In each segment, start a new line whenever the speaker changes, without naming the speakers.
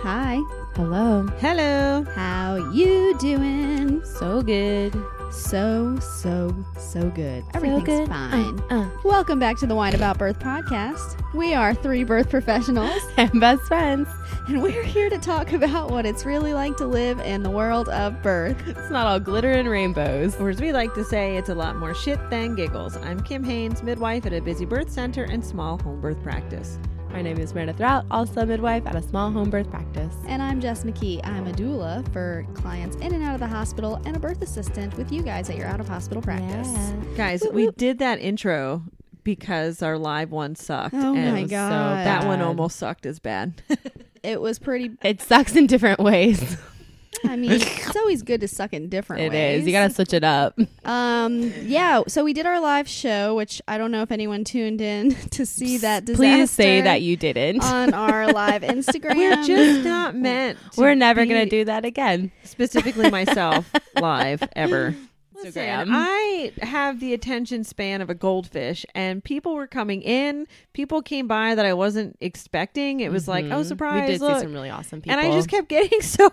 Hi.
Hello.
Hello.
How you doing?
So good.
So, so, so good. Everything's
so good.
fine.
Uh, uh.
Welcome back to the Wine About Birth podcast. We are three birth professionals,
And uh. best friends.
and we're here to talk about what it's really like to live in the world of birth.
It's not all glitter and rainbows.
Or as we like to say, it's a lot more shit than giggles. I'm Kim Haynes, midwife at a busy birth center and small home birth practice.
My name is Meredith Rout, also midwife at a small home birth practice.
And I'm Jess McKee. I'm a doula for clients in and out of the hospital and a birth assistant with you guys at your out of hospital practice.
Guys,
Whoop,
we
whoop.
did that intro because our live one sucked.
Oh
and
my
so
God.
that one
Bad.
almost sucked as bad.
It was pretty,
It sucks in different ways.
I mean, it's always good to suck in different
It
ways.
is. You got to switch it up.
Um. Yeah. So we did our live show, which I don't know if anyone tuned in to see that disaster.
Please say that you didn't.
on our live Instagram.
We're just not meant. to
We're never going
be-
to do that again.
specifically myself live ever. Listen,
Instagram.
I have the attention span of a goldfish, and people were coming in. People came by that I wasn't expecting. It was like, oh, surprise!
Mm-hmm. We did
look.
see some really awesome people.
and I just kept getting so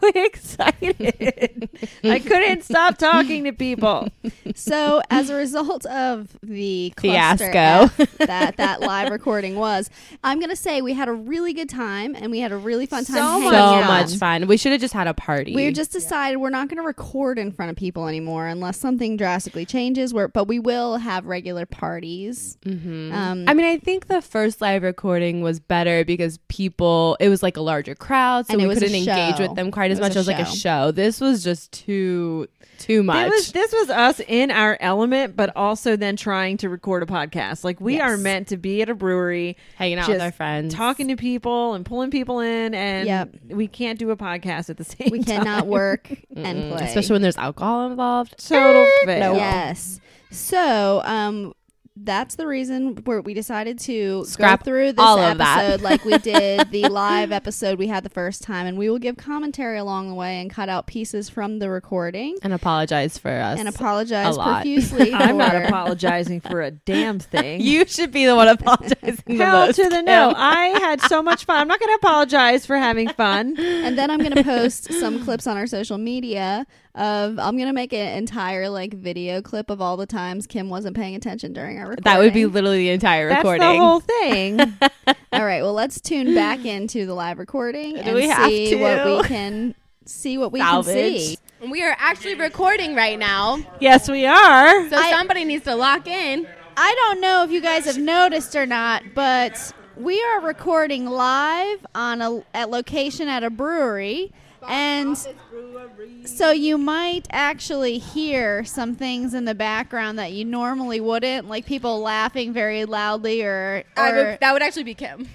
excited. I couldn't stop talking to people.
so as a result of the cluster
Fiasco.
F that that live recording was, I'm gonna say we had a really good time and we had a really fun time.
So
so
hanging
much
out.
much fun. We should have just had a party.
We just decided we're not going to record in front of people anymore unless something drastically changes. Where, but we will have regular parties. Mm-hmm. Um,
I mean, I think the first live recording was better because people, it was like a larger crowd, so
And it
we
was a
couldn't engage
show.
with them quite as
It was
much
a
as like a
show.
show. This was just too, too much.
It was, this was us in our element, but also then trying to record a podcast. Like we are
Yes.
meant to be at a brewery,
Hanging out
just
with our friends.
talking to people and pulling people in, and
Yep.
we can't do a podcast at the same.
we
time.
cannot work and
Mm,
play,
Especially when there's alcohol involved.
total fail.
Yes. So, um, that's the reason where we decided to
Scrap
go through this
all of that.
episode like we did the live episode we had the first time, and we will give commentary along the way and cut out pieces from the recording
And apologize for us.
and apologize
a lot.
profusely.
I'm not
for-
apologizing for a damn thing.
you should be the one apologizing. the
Hell
most,
to the
Kim.
no. I had so much fun. I'm not going to apologize for having fun.
And then I'm gonna post some clips on our social media of I'm gonna make an entire like video clip of all the times Kim wasn't paying attention during our recording.
That would be literally the entire
That's
recording.
the whole thing.
All right. Well, let's tune back into the live recording and
we have
see
to?
what we can see what we can
Salvage.
see.
We are actually recording right now, so
yes, we are.
somebody needs to lock in.
I don't know if you guys have noticed or not, but we are recording live on a at location at a brewery and so you might actually hear some things in the background that you normally wouldn't, like people laughing very loudly or,
I
or
would, that would actually be Kim.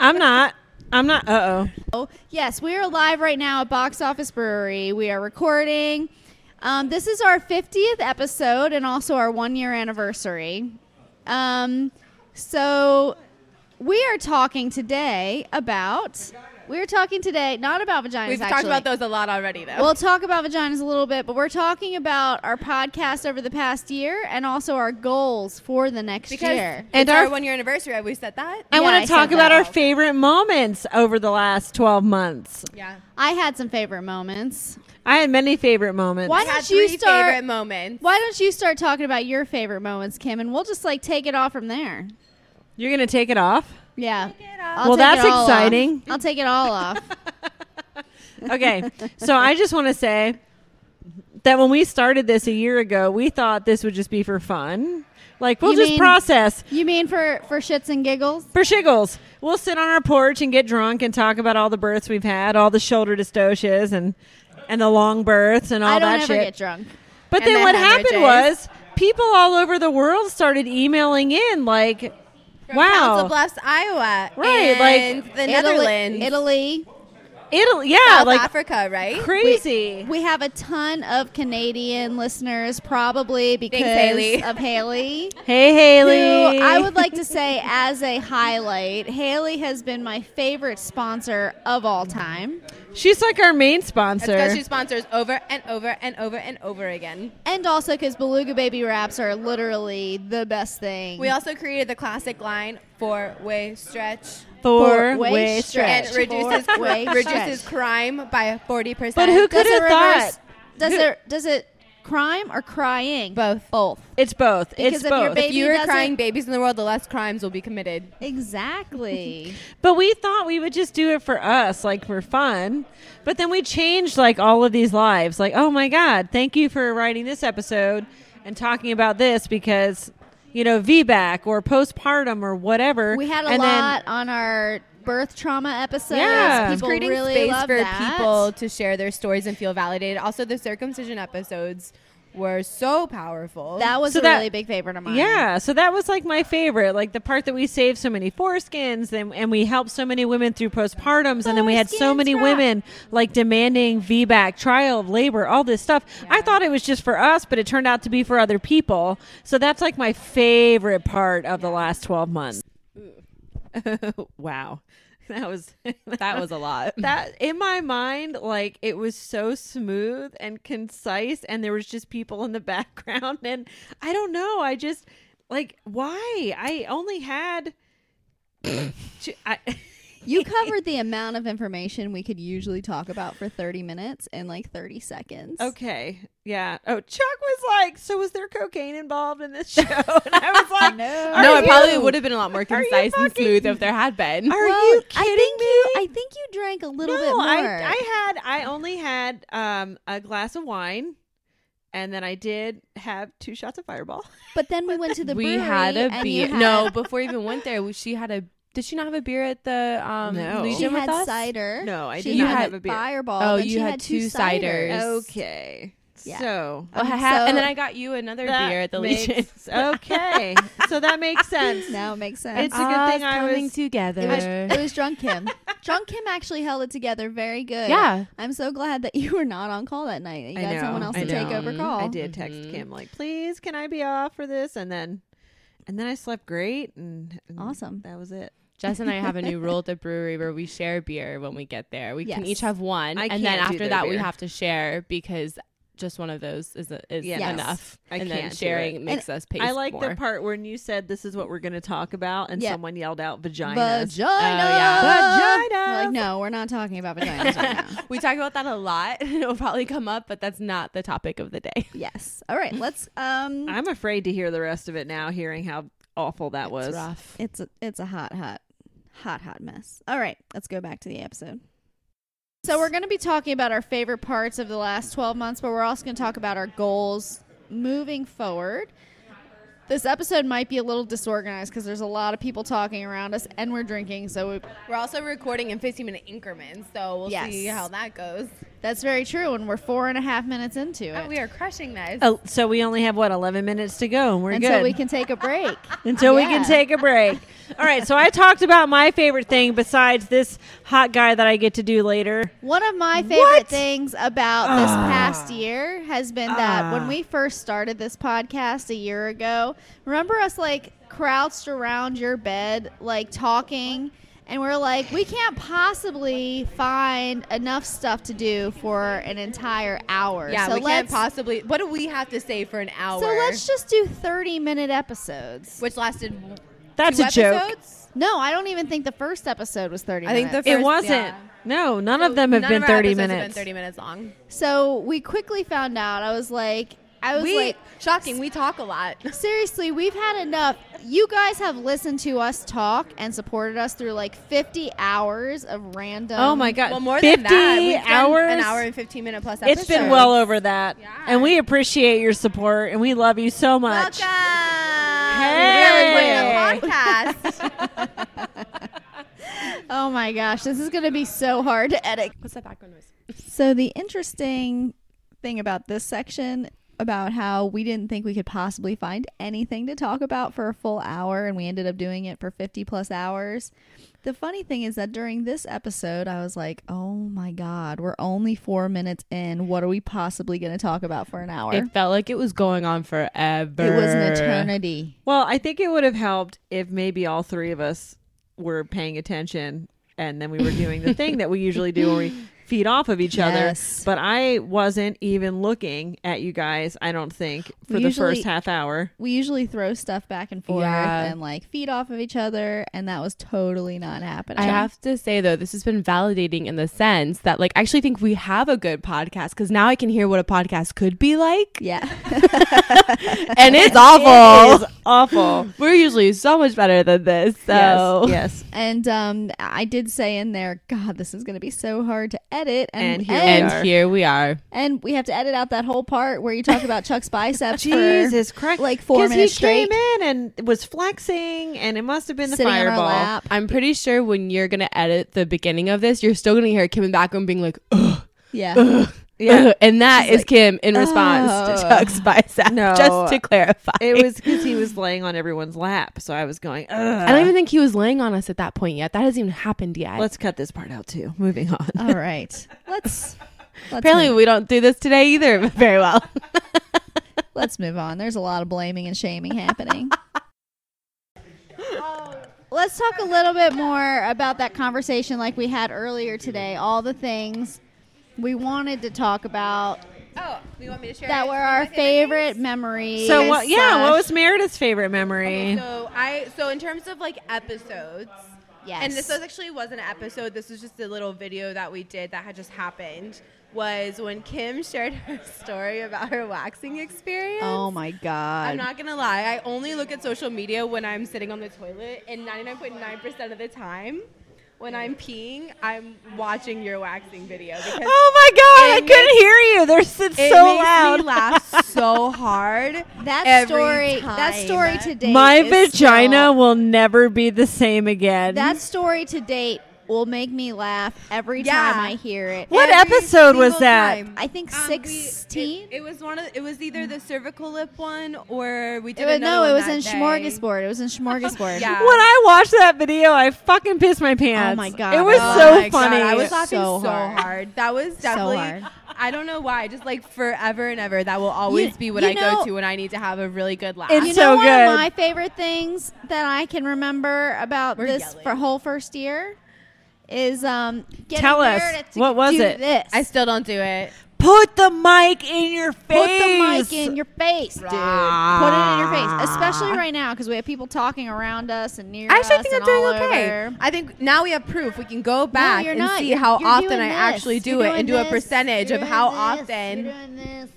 I'm not. I'm not. Uh oh.
Oh, Yes, we are live right now at Box Office Brewery. We are recording. Um, this is our 50th episode and also our one year anniversary. Um, so we are talking today about. We are talking today not about vaginas.
We've talked
actually.
about those a lot already, though.
We'll talk about vaginas a little bit, but we're talking about our podcast over the past year and also our goals for the next
because
year.
And
and
our-
our, one year anniversary, have we said that?
I
Yeah,
want
I
to
said
talk about
that.
our favorite moments over the last 12 months.
yeah.
I had some favorite moments.
I had many favorite moments.
Why
I had
don't you
three
start?
favorite moments.
Why don't you start talking about your favorite moments, Kim, and we'll just like take it off from there.
You're going to take it off?
Yeah. I'll take
Well,
it
that's
all off.
exciting.
I'll take it all off.
Okay. so I just want to say that when we started this a year ago, we thought this would just be for fun. Like, we'll
You
just
mean-
process.
you mean for for shits and giggles?
For shiggles, we'll sit on our porch and get drunk and talk about all the births we've had, all the shoulder dystocias and and the long births and all
I don't
that
ever
shit.
get drunk.
but
and
then
the
what happened was
hemorrhages. people
people all over the world started emailing in like,
From Council
wow,
Bluffs, Iowa.
Right, like-
and the
Italy,
Netherlands.
Italy.
Italy, yeah,
South
like
Africa, right?
crazy.
We have a ton of Canadian listeners, probably because
Haley.
of Haley.
hey,
who
Haley,
I would like to say as a highlight, Haley has been my favorite sponsor of all time.
she's like our main
That's because
sponsor.
she sponsors over and over and over and over again.
And also because Beluga Baby wraps are literally the best thing.
We also created the classic line four way stretch.
Four
way
way
stretch.
stretch.
and reduces
Four way
reduces
stretch.
crime by forty percent.
But who
Does
could have
it
thought?
reverse- Does it does it crime or crying?
Both.
Both.
It's both.
Because
it's
if your
both.
baby
If you are
doesn't-
crying babies in the world, the less crimes will be committed.
Exactly.
But we thought we would just do it for us, like for fun. But then we changed like all of these lives. Like, oh my God, thank you for writing this episode and talking about this because, you know, VBAC or postpartum or whatever.
we had a
and then-
lot on our birth trauma episodes.
Yeah.
People
creating
really
space
love
for
that.
people to share their stories and feel validated. Also, the circumcision episodes were so powerful.
That was
So
a
that-
really big favorite of mine.
yeah, so that was like my favorite, like the part that we saved so many foreskins and, and we helped so many women through postpartums, and then we had so
Foreskins
many
rock.
women like demanding VBAC, trial of labor, all this stuff. I thought it was just for us, but it turned out to be for other people. So that's like my favorite part of the last 12 months. wow. That was
That was a lot.
that in my mind like it was so smooth and concise and there was just people in the background and i don't know i just like why i only had two, I,
You covered the amount of information we could usually talk about for 30 minutes in like 30 seconds.
okay yeah oh chuck was like so was there cocaine involved in this show and i was like
No.
Are
no, it probably
you-
would have been a lot more
are you
concise and
fucking-
smooth if there had been.
are
Well,
you
I
kidding
think
me
I think you drank a little
no,
bit more.
I, I had I only had um, a glass of wine, and then I did have two shots of Fireball.
but then we went to the
we
brewery
had a
and
beer.
you had-
No, before we even went there, we- she had a. Did she not have a beer at the um,
No.
she
Legion with
had
us?
cider.
No, I
She
did not
had
have a beer.
Fireball.
Oh,
then
you
she
had two ciders.
Okay.
Yeah.
So
Oh,
Um,
I had-
so-
and then I got you another
that
beer at the
makes-
Legion.
okay. so that makes sense.
Oh, Now it makes sense.
It's a good thing I
coming
was-
together.
It was, it was drunk Kim. drunk Kim actually held it together very good.
Yeah.
I'm so glad that you were not on call that night. You
I
got
know,
someone else
I
to take
know.
over call.
I did text Kim like, please, can I be off for this? And then, and then I slept great and, and
Awesome.
That was it.
Jess and I have a new rule at the brewery where we share beer when we get there. We can
Yes.
each have one,
I
and then
can't do
after
their
that, we
beer.
have to share because just one of those is is
Yes.
enough.
I
and
can't
then
do
sharing makes us pay.
I like
more.
the part when you said this is what we're going to talk about, and
Yeah.
someone yelled out vagina.
Vagina.
Oh,
yeah.
We're Like, no, we're not talking about vaginas right now.
We talk about that a lot. and It'll probably come up, but that's not the topic of the day.
Yes. All right. Let's. Um.
I'm afraid to hear the rest of it now, hearing how awful that was.
It's rough.
It's a, it's a hot, hot, hot, hot mess. All right, let's go back to the episode. So we're going to be talking about our favorite parts of the last 12 months, but we're also going to talk about our goals moving forward. This episode might be a little disorganized because there's a lot of people talking around us and we're drinking, so we,
We're also recording in 15 minute increments, so we'll
Yes.
see how that goes.
that's very true. And we're four and a half minutes into
Oh,
it
we are crushing this.
Oh, so we only have what 11 minutes to go, and we're
until
good.
we can take a break.
until we
Yeah.
can take a break. All right, so I talked about my favorite thing besides this hot guy that I get to do later.
One of my favorite things about this past year has been that when we first started this podcast a year ago, remember us like crouched around your bed, like talking, and we're like, we can't possibly find enough stuff to do for an entire hour.
yeah,
so
we
let's,
can't possibly. What do we have to say for an hour?
So let's just do 30 minute episodes.
which lasted.
That's
two
a joke.
episodes?
No, I don't even think the first episode was 30
I
minutes.
think the
It
First-
wasn't.
yeah.
No, none of
So
them have
none
been
our
30
episodes have been
minutes.
30 minutes long.
so we quickly found out. I was like, I was
We
like,
shocking. We talk a lot.
Seriously, we've had enough. You guys have listened to us talk and supported us through like 50 hours of random.
Oh my god.
Well, more
50
than that, We've done
hours.
an hour and 15 minute plus.
it's
Episodes.
been well over that.
Yeah.
And we appreciate your support and we love you so much.
Welcome.
Hey.
We're recording a podcast.
Oh my gosh, this is going to be so hard to edit.
What's that background noise?
So, the interesting thing about this section about how we didn't think we could possibly find anything to talk about for a full hour and we ended up doing it for 50 plus hours. The funny thing is that during this episode, I was like, oh my God, we're only four minutes in. What are we possibly going to talk about for an hour?
It felt like it was going on forever.
it was an eternity.
Well, I think it would have helped if maybe all three of us were paying attention and then we were doing the thing that we usually do where we feet off of each
Yes.
other. But I wasn't even looking at you guys. I don't think
We
for the
usually-
first half hour.
We usually throw stuff back and forth
Yeah.
and like feed off of each other, and that was totally not happening.
I have to say though, this has been validating in the sense that like I actually think we have a good podcast because now I can hear what a podcast could be like,
Yeah.
and it's awful.
Oh.
It is awful.
We're usually so much better than this. So
Yes, yes.
And um, I did say in there, God, this is going to be so hard to edit. And,
And here we
and,
are.
and here we are.
and we have to edit out that whole part where you talk about Chuck's biceps. for-
Jesus Christ!
like four
'Cause
minutes
he
straight.
came in and was flexing, and it must have been the
sitting on our
fireball.
lap.
I'm pretty sure when you're gonna edit the beginning of this, you're still gonna hear Kim in the background being like, "Ugh,
Yeah.
Yeah,
and that is Kim in response to
"Oh."
Chuck's bicep.
No.
just to clarify,
it was because he was laying on everyone's lap, so I was going. Ugh.
I don't even think he was laying on us at that point yet. That hasn't even happened yet.
uh, Let's cut this part out too. Moving on.
All right. Let's. Let's
Apparently,
move,
we don't do this today either very well.
let's move on. There's a lot of blaming and shaming happening. let's talk a little bit more about that conversation like we had earlier today. All the things we wanted to talk about
Oh, you want me to share?
that were our favorite memories.
So what? Yeah,
slash-
what was Meredith's favorite memory?
So I so in terms of like episodes,
Yes.
and this was actually wasn't an episode. This was just a little video that we did that had just happened. Was when Kim shared her story about her waxing experience.
Oh my god.
I'm not gonna lie. I only look at social media when I'm sitting on the toilet, and 99.9% of the time, when I'm peeing, I'm watching your waxing video because
oh my god! I
It
couldn't hear you. There's it's
it
so
makes
loud.
me laugh so hard.
that
every
story that
time. Mm-hmm.
story to date
My
is
vagina
still-
will never be the same again.
that story to date will make me laugh every
Yeah.
time I hear it.
What
Every
episode was
single
that?
time.
I think
Um, we- it-
16?
it, was one of. It was either the cervical lip one or we
Mm.
did.
It was,
another
no, it
one
was
that
in
day.
Smorgasbord. It was in Smorgasbord.
Yeah.
when I watched that video, I fucking pissed my pants.
my God,
It was
that was-
Oh
so
my God,
funny.
I was laughing
So
so,
hard.
hard. That was definitely.
hard.
I don't know why. Just like forever and ever, that will always be what
you
I
know-
go to when I need to have a really good laugh.
It's
You know
so
one
good.
of my favorite things that I can remember about
We're
this
yelling.
for whole first year is um getting
Tell us.
Meredith to
What was
do
it?
This.
I still don't do it.
Put the mic in your face.
Put the mic in your face, dude. Put it in your
Ah.
face, especially right now because we have people talking around us and near
Actually, I
us
think
and
I'm doing
all
okay.
over.
I think now we have proof. We can go back
you're
and
not.
see
You're-
how
you're
often
doing
I
this.
actually do
You're
it and do
doing
a
this.
percentage
You're
of how
doing this.
often.
You're doing this.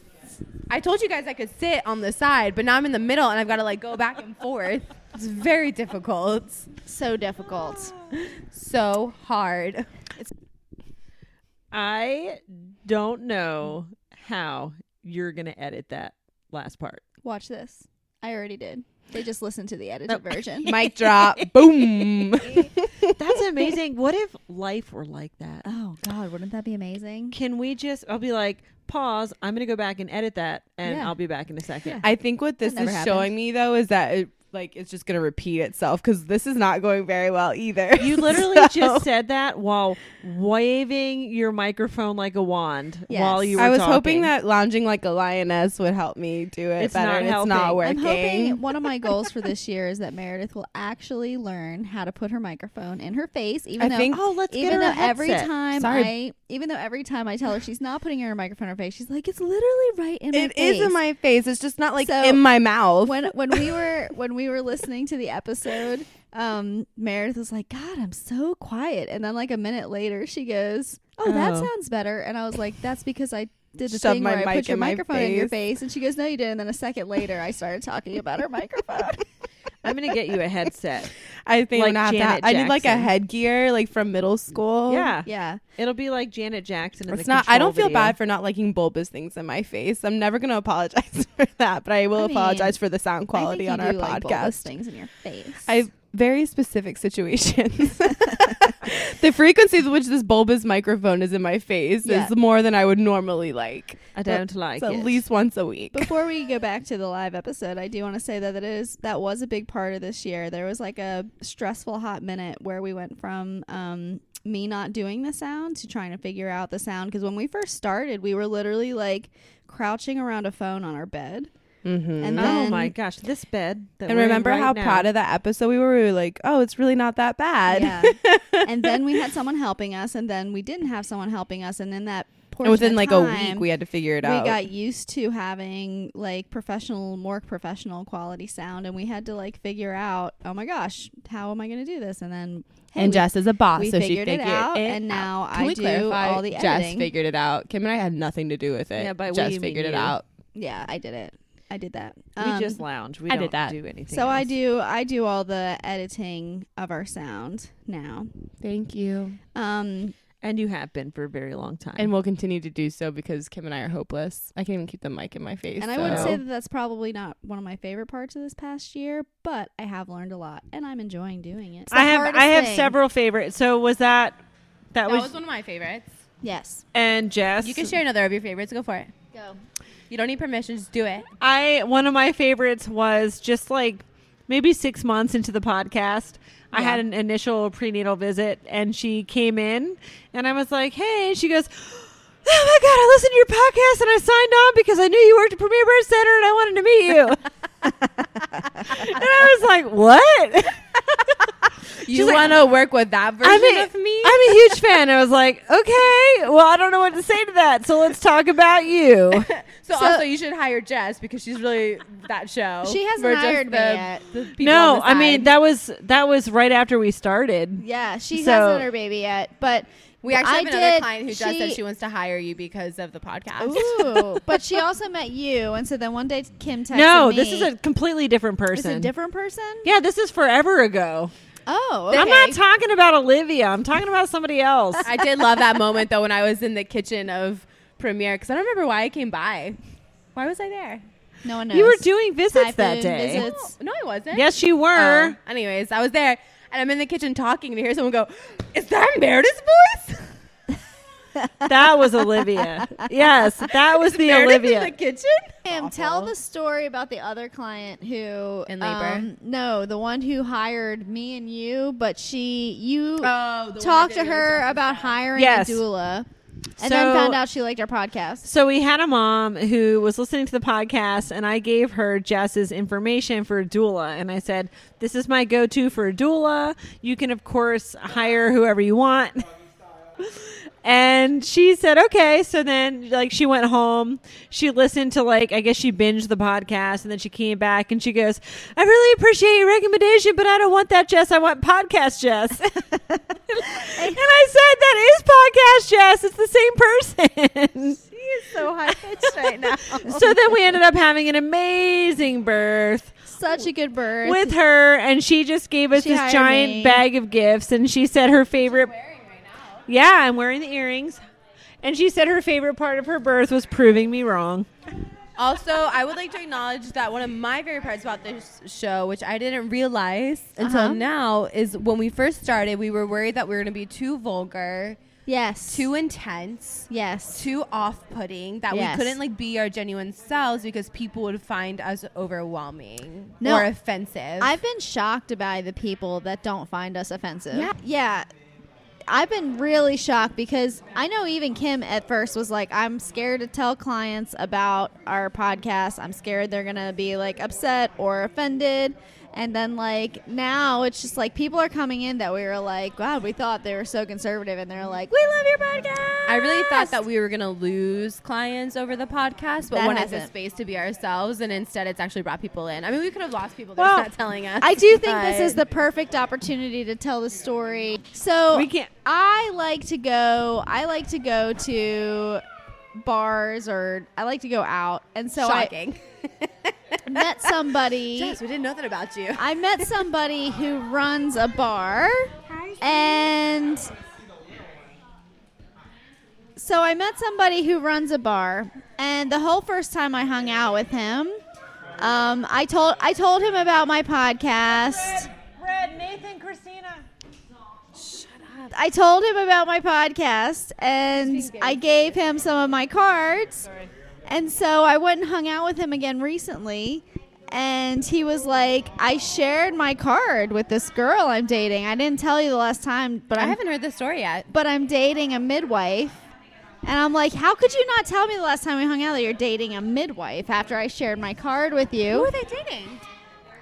I told you guys I could sit on the side, but now I'm in the middle and I've got to like go back and forth. It's very difficult.
So difficult.
So hard.
I don't know how you're gonna edit that last part.
Watch this. I already did. They just listened to the edited version.
Mic drop. Boom.
That's amazing. what if life were like that?
oh God, wouldn't that be amazing?
Can we just? I'll be like, pause. I'm gonna go back and edit that, and
Yeah.
I'll be back in a second.
I think what this
That never
is
happened.
showing me though is that it, like it's just gonna repeat itself because this is not going very well either.
You literally just said that while waving your microphone like a wand
Yes.
while you were
I was hoping
talking.
that lounging like a lioness would help me do it
It's
better.
not
and it's
helping.
not
I'm
working.
hoping one of my goals for this year is that Meredith will actually learn how to put her microphone in her face, even
I
though
think-
Oh, let's
even
get her
though
a headset.
every time
Sorry.
I even though every time I tell her she's not putting her microphone in her face, she's like, It's literally right in my
It
face.
is in my face. It's just not like
So,
in my mouth.
when when we were when we were listening to the episode, um, Meredith was like, "God, I'm so quiet," and then like a minute later, she goes, "Oh, that
Oh.
sounds better," and I was like, "That's because I." Did the
Shoved
thing
my
where I
mic
put your
in my
microphone in your face, and she goes, "No, you didn't." And then a second later, I started talking about her microphone.
I'm gonna get you a headset.
I think
like
I'm gonna have to ha-
Janet
I need like a
Jackson.
headgear like from middle school.
yeah.
yeah,
it'll be like Janet Jackson. In
Oh, It's
the
not. I
Control
don't feel
video.
bad for not liking bulbous things in my face. I'm never gonna apologize for that, but I will
I mean,
apologize for the sound
I think
quality
you
on our
do like bulbous
podcast.
things in your face.
I have very specific situations. the frequency with which this bulbous microphone is in my face
Yeah.
is more than I would normally like.
I don't like
It's at
it.
least once a week.
Before we go back to the live episode, I do want to say that it is that was a big part of this year. There was like a stressful hot minute where we went from um, me not doing the sound to trying to figure out the sound because when we first started, we were literally like crouching around a phone on our bed.
Mm-hmm.
And
Oh
then
my gosh, this bed. That
And
we're in
remember
right
how
now.
proud of that episode we were? We were like, oh, it's really not that bad.
Yeah. and then we had someone helping us, and then we didn't have someone helping us, and then that
and
portion
within
of
like a
time,
week, we had to figure it
we
out.
got used to having like professional, more professional quality sound, and we had to like figure out, oh my gosh, how am I going to do this? And then hey,
and
we-
Jess is a boss,
we
so she
figured it
figured
out,
it
and now
out. Can
I
we
do
clarify?
all the
Jess
editing.
figured it out. Kim and I had nothing to do with it.
Yeah, by
Jess
we, we
figured it
knew.
out.
yeah, I did it. I did that.
We
Um,
just lounge. We
I
don't
did that.
do anything.
so I
else.
do I do all the editing of our sound now.
Thank you.
Um,
and you have been for a very long time.
And we'll continue to do so because Kim and I are hopeless. I can't even keep the mic in my face.
and I would
so-
say that that's probably not one of my favorite parts of this past year, but I have learned a lot, and I'm enjoying doing it. It's the
I have
hardest
I have
thing.
several favorites. So was that that,
That
was,
was one of my favorites.
Yes,
and Jess.
You can share another of your favorites. Go for it.
go.
You don't need permission. Just do it.
I one of my favorites was just like maybe six months into the podcast. I had an initial prenatal visit and she came in and I was like, Hey, and she goes, Oh my god, I listened to your podcast and I signed on because I knew you worked at Premier Birth Center and I wanted to meet you. and I was like, What?
You
like-
want to work with that version
I'm a,
of me?
am a huge fan. I was like, okay, well, I don't know what to say to that, so let's talk about you.
so, also, you should hire Jess because she's really that show.
She hasn't
We're just
hired me
the-
yet.
the people on
no,
the
I mean
side.
that was that was right after we started.
Yeah, she
So-
hasn't had her baby yet, but
we actually
I
have another
did-
client who just said she wants to hire you because of the podcast.
Ooh, but she also met you, and so then one day Kim texted
No,
me.
this is a completely different
It's
person.
a different person.
yeah, this is forever ago.
Oh,
Then
okay.
I'm not talking about Olivia. I'm talking about somebody else.
I did love that moment though when I was in the kitchen of Premiere because I don't remember why I came by. Why was I there?
no one knows.
you were doing visits
Typhoon
that day.
visits.
Oh, no, I wasn't.
Yes, you
Oh.
were.
Anyways, I was there and I'm in the kitchen talking and I hear someone go, "Is that Meredith's voice?"
Oh.
That was Olivia. Yes, that was the
Meredith
Olivia.
in the kitchen.
Kim, tell the story about the other client who
In labor?
um, no, the one who hired me and you, but she you
Oh, the
talked to her about hiring
Yes.
a doula, and
So-
then found out she liked our podcast.
So we had a mom who was listening to the podcast, and I gave her Jess's information for a doula, and I said, "This is my go-to for a doula. You can, of course, hire whoever you want." And she said, okay. So then, like, she went home. She listened to, like, I guess she binged the podcast. And then she came back and she goes, I really appreciate your recommendation, but I don't want that, Jess. I want podcast Jess. and I said, that is podcast Jess. It's the same person.
She is so high pitched right now.
so then we ended up having an amazing birth
Such a good bird.
with her and she just gave us
She
this
hired
giant
me.
bag of gifts and she said her favorite yeah i'm wearing the earrings and she said her favorite part of her birth was proving me wrong
Also, I would like to acknowledge that one of my favorite parts about this show, which I didn't realize until
Uh-huh.
now, is when we first started, we were worried that we were going to be too vulgar,
yes,
too intense,
yes,
too off-putting that
Yes.
we couldn't like be our genuine selves because people would find us overwhelming
No.
or offensive.
I've been shocked by the people that don't find us offensive.
Yeah.
yeah. I've been really shocked because I know even Kim at first was like, I'm scared to tell clients about our podcast. I'm scared they're going to be like upset or offended. And then, like, now it's just like people are coming in that we were like, wow, we thought they were so conservative. And they're like, we love your podcast.
I really thought that we were going to lose clients over the podcast, but
That
wanted the
hasn't.
space to be ourselves, and instead it's actually brought people in. I mean, we could have lost people
Well,
that's not telling us.
I do think this
but-
is the perfect opportunity to tell the story. So
We can't-
I like to go. I like to go to bars or I like to go out, and so
shocking.
I met somebody.
Jess, we didn't know that about you.
I met somebody who runs a bar, and so I met somebody who runs a bar, and the whole first time I hung out with him, um, I told I told him about my podcast.
red nathan christina
I told him about my podcast and I gave him some of my cards. And so I went and hung out with him again recently. And he was like, I shared my card with this girl I'm dating. I didn't tell you the last time, but
I
I'm,
haven't heard the story yet.
but I'm dating a midwife. And I'm like, how could you not tell me the last time we hung out that you're dating a midwife after I shared my card with you?
Who are they dating?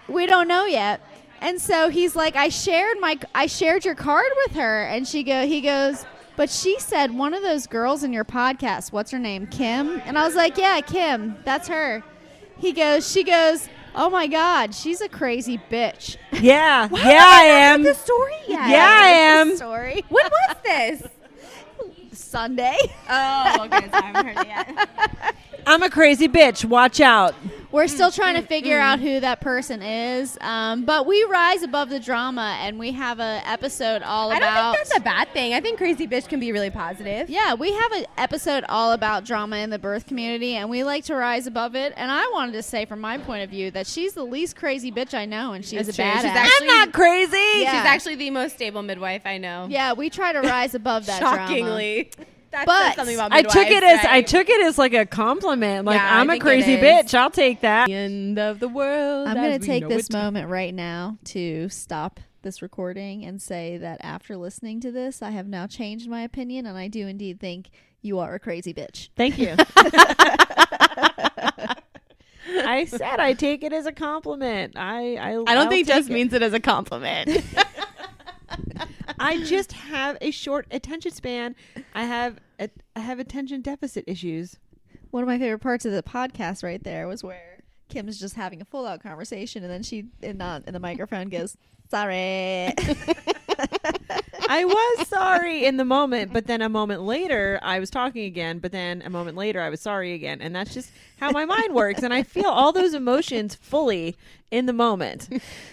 we don't know yet and so he's like i shared my i shared your card with her and she go he goes but she said one of those girls in your podcast what's her name kim and i was like yeah kim that's her he goes she goes oh my god she's a crazy bitch
Yeah. yeah, I am.
The story yet?
Yeah, I
That's the
am.
story
When was this?
sunday
Oh, okay. I haven't heard it yet.
I'm a crazy bitch. Watch out.
Mm,
we're still trying to figure out who that person is um, but we rise above the drama and we have a episode all
I
about
don't think that's a bad thing. I think crazy bitch can be really positive.
Yeah, we have an episode all about drama in the birth community, and we like to rise above it. And I wanted to say, from my point of view, that she's the least crazy bitch I know, and she's
That's
a
true.
badass.
She's actually-
I'm not crazy.
Yeah.
She's actually the most stable midwife I know.
yeah, we try to rise above that. drama.
Shockingly. That
But
says something about
I took it
midwives,
as I
right?
took it as like a compliment. Like
Yeah, I
I'm a
think it
crazy
is.
bitch. I'll take that.
The end of the world.
I'm
as
going
we
to take
know
this
it.
moment right now to stop this recording and say that after listening to this, I have now changed my opinion, and I do indeed think you are a crazy bitch.
Thank you. I said I take it as a compliment. I I,
I don't think
just
Jess means it as a compliment.
I just have a short attention span. I have a, I have attention deficit issues.
One of my favorite parts of the podcast right there was where Kim's just having a full out conversation and then she and not and the microphone goes, Sorry.
I was sorry in the moment, but then a moment later I was talking again, but then a moment later I was sorry again. And that's just how my mind works and I feel all those emotions fully in the moment.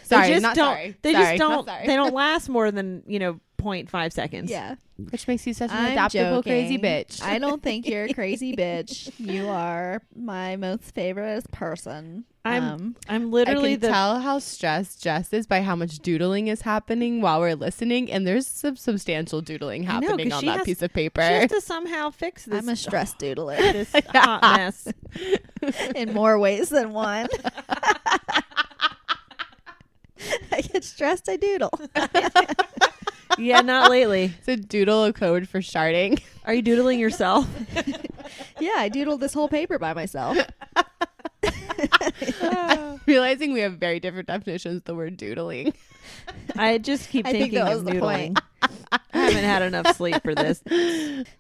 Sorry,
they just
not
don't
sorry.
they
Sorry,
just
not
don't
sorry.
they don't last more than, you know, 0.5 seconds.
yeah.
Which makes you such an
I'm
adoptable crazy
joking.
bitch.
I don't think you're a crazy bitch. You are my most favorite person.
I'm
Um,
I'm
I
literally
can
the
tell how stressed Jess is by how much doodling is happening while we're listening, and there's some substantial doodling
I know,
happening
'cause
on
she
that
has-
piece of
she
paper.
has to somehow fix this
I'm a stress doodler
this hot mess.
in more ways than one. I get stressed, I doodle.
Yeah, not lately.
It's a doodle code for sharding.
Are you doodling yourself?
Yeah, I doodled this whole paper by myself.
Oh.
I'm realizing we have very different definitions of the word doodling.
I just keep
I think
thinking
that was
of
the
noodling.
point.
I haven't had enough sleep for this.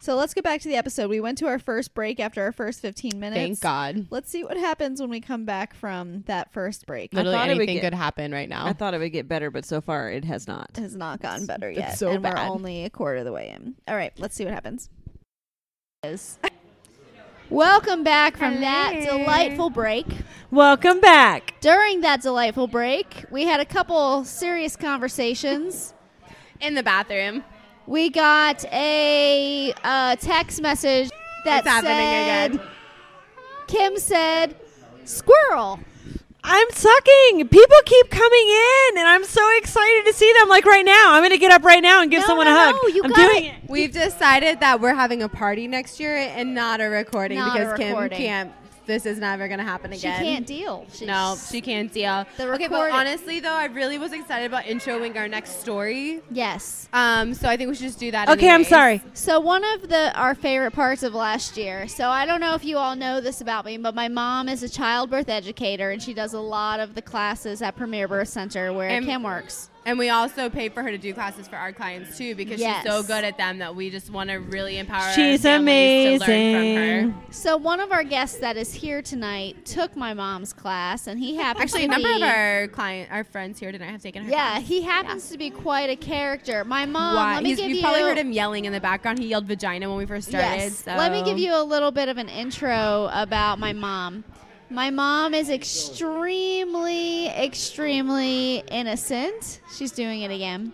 So let's get back to the episode. We went to our first break after our first 15 minutes.
Thank God.
Let's see what happens when we come back from that first break. It
Literally
thought it would
anything
get-
could happen right now.
I thought it would get better, but so far it has not.
has not gotten better
It's
yet.
so
and
bad.
we're only a quarter of the way in. All right, let's see what happens. Is- Welcome back from that
Hello.
delightful break.
Welcome back.
During that delightful break, we had a couple serious conversations.
in the bathroom.
We got a uh, text message that
It's happening
said,
again.
Kim said, squirrel.
I'm sucking. People keep coming in, and I'm so excited to see them. Like right now, I'm going to get up right now and give
No,
someone
no,
a hug.
no, you
I'm
got
doing
it.
it.
We've decided that we're having a party next year and not a recording
Not a
because
recording.
Kim can't. This is never going to happen
She
again.
can't deal. She,
No, she can't deal.
The
okay, but
recording-
honestly though, I really was excited about introing our next story.
Yes.
Um, so I think we should just do that.
Okay, I'm
anyways.
sorry.
So one of the our favorite parts of last year. So I don't know if you all know this about me, but my mom is a childbirth educator and she does a lot of the classes at Premier Birth Center where
And-
Kim works.
And we also pay for her to do classes for our clients too because
Yes.
she's so good at them that we just want to really empower.
She's
our families To learn from
amazing.
her.
So one of our guests that is here tonight took my mom's class and he happens
Actually,
to
a number
be
of our client, our friends here tonight have taken her.
Yeah,
class.
he happens to be quite a character. My mom,
Why?
let me
He's-
give
you've
you
probably heard him yelling in the background. He yelled vagina when we first started.
Yes.
so-
Let me give you a little bit of an intro about my mom. My mom is extremely, extremely innocent. She's doing it again.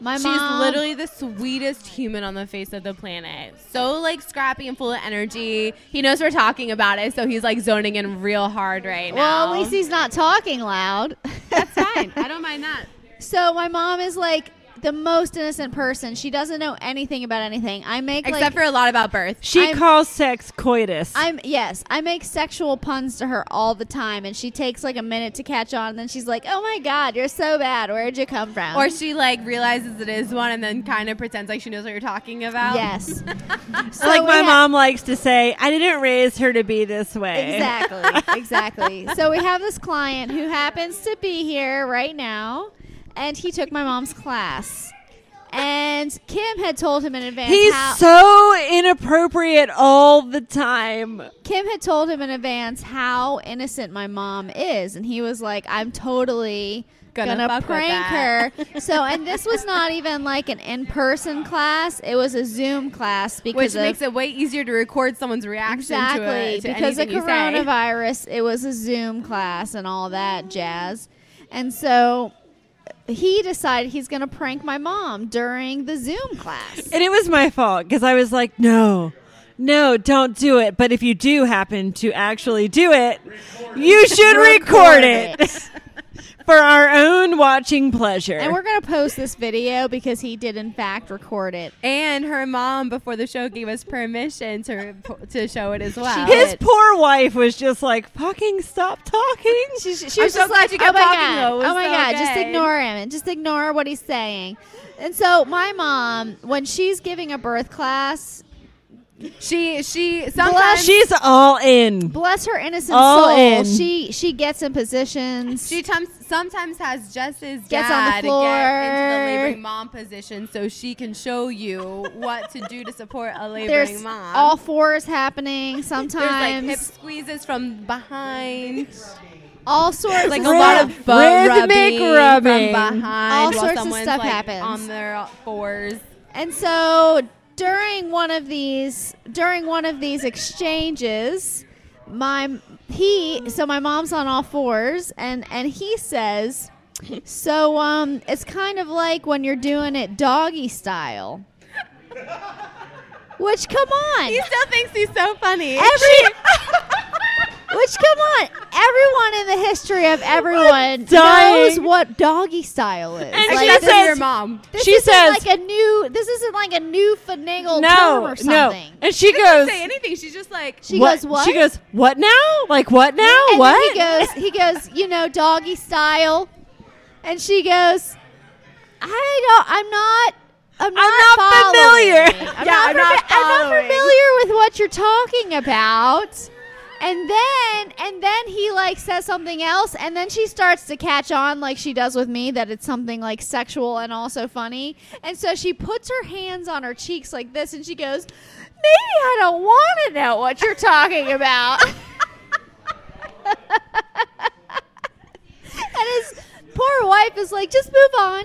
My
She's
mom
literally the sweetest human on the face of the planet. So like scrappy and full of energy. He knows we're talking about it, so he's like zoning in real hard right now.
Well, at least he's not talking loud.
fine. I don't mind that.
So my mom is like the most innocent person. She doesn't know anything about anything. I make
Except
like,
for a lot about birth.
She
I'm-
calls sex coitus.
I'm yes, I make sexual puns to her all the time, and she takes like a minute to catch on. And then she's like, "Oh my god, you're so bad. Where'd you come from?"
Or she like realizes it is one and then kind of pretends like she knows what you're talking about.
yes, so
um, like
we
my
ha-
mom likes to say, I didn't raise her to be this way.
Exactly, exactly. so we have this client who happens to be here right now, and he took my mom's class. And Kim had told him in advance.
He's
how-
so inappropriate all the time.
Kim had told him in advance how innocent my mom is, and he was like, "I'm totally
Gonna
gonna,
fuck with
prank
that."
her." so, and this was not even like an in-person class; it was a Zoom class because
Which
of,
makes it way easier to record someone's reaction
exactly
to it.
because of
anything you say.
coronavirus, it was a Zoom class and all that jazz, and so he decided he's gonna prank my mom during the Zoom class.
And it was my fault because I was like, no, no, don't do it. But if you do happen to actually do it, you should record it for our own watching pleasure.
and we're gonna post this video because he did in fact record it
And her mom before the show gave us permission to to show it as well.
She did.
His poor wife was just like, fucking stop talking.
she, she
I'm
was
so
just
glad
like,
you kept
oh my
talking,
god,
though. It was
oh my
so
god, just
good."
ignore him and just ignore what he's saying. And so my mom, when she's giving a birth class,
She she sometimes
She's all in.
bless her innocent
All
soul,
in.
she she gets in positions.
she tom- sometimes has Jess's
Gets on the
dad get into
floor.
the laboring mom position so she can show you what to do to support a laboring
there's
mom.
all fours happening
There's like
sometimes.
hip squeezes from behind,
all sorts
like
of
a lot
stuff.
of butt
Rhythmic
rubbing,
rubbing.
from behind.
All
while
sorts of
someone's,
stuff
like,
happens.
on their fours.
And so during one of these during one of these exchanges, my he so my mom's on all fours and and he says, so um it's kind of like when you're doing it doggy style. Which come on.
He still thinks he's so funny.
Every, which come on. Everyone in the history of everyone knows
dying.
what doggy style is.
And
Except
she
for
says-
your mom.
This
She
isn't
says-
like a new. This isn't like a new finagled term
No,
or
no.
something.
And she
She doesn't
goes,
say anything. She's just like
She goes what?
She goes, what now? Like, what now?
And
what?
Then he goes. He goes. You know, doggy style. And she goes. I don't. I'm not. I'm not,
not
following.
familiar."
I'm,
Yeah,
not
I'm not
fami- I'm not
following.
familiar with what you're talking about. And then, and then he like says something else, and then she starts to catch on, like she does with me, that it's something like sexual and also funny. And so she puts her hands on her cheeks like this, and she goes, "Maybe I don't want to know what you're talking about." and his poor wife is like, "Just move on,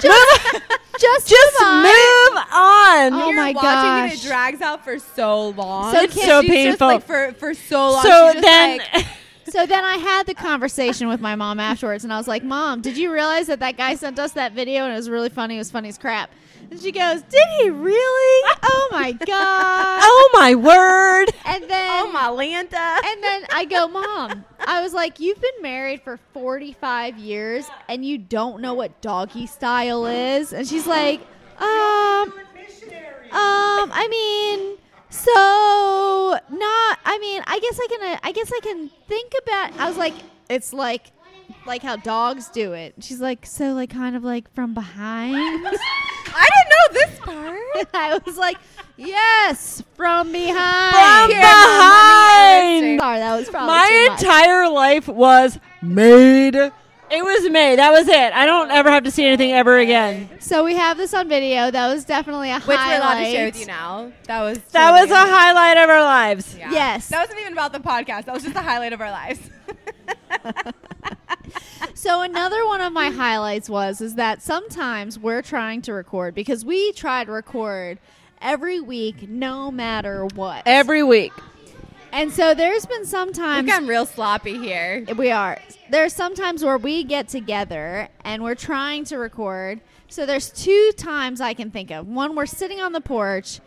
just, just,
Just
move on."
move on.
Oh
you're
my
watching and
gosh.
it drags out for so long.
So
It's
Kim-
so
she's just,
painful.
like, for for so
Oh,
long.
so
she's just
then,
like,
So then I had the conversation with my mom afterwards, and I was like, "Mom, did you realize that that guy sent us that video and it was really funny? It was funny as crap." And she goes, "Did he really? Oh my god!"
oh my word.
And then,
oh my Lanta.
and then I go, "Mom, I was like, you've been married for forty-five years, and you don't know what doggy style is?" And she's like, "Um." Um, I mean, so not. I mean, I guess I can. uh, I guess I can think about. I was like, it's like, like how dogs do it. She's like, so like kind of like from behind.
I didn't know this part.
I was like, yes, from behind.
From
Sorry,
behind.
that was probably
My
too much.
entire life was made. It was made. That was it. I don't ever have to see anything ever again.
So we have this on video. That was definitely a
Which we're
highlight.
allowed to share with you now. That was
That was a
totally-
highlight of our lives.
Yeah.
Yes.
That wasn't even about the podcast. That was just the highlight of our lives.
So another one of my highlights was is that sometimes we're trying to record because we try to record every week no matter what.
Every week.
and so there's been some
I've
times
gotten real sloppy here.
we are there's some times where we get together and we're trying to record. So there's two times I can think of. One we're sitting on the porch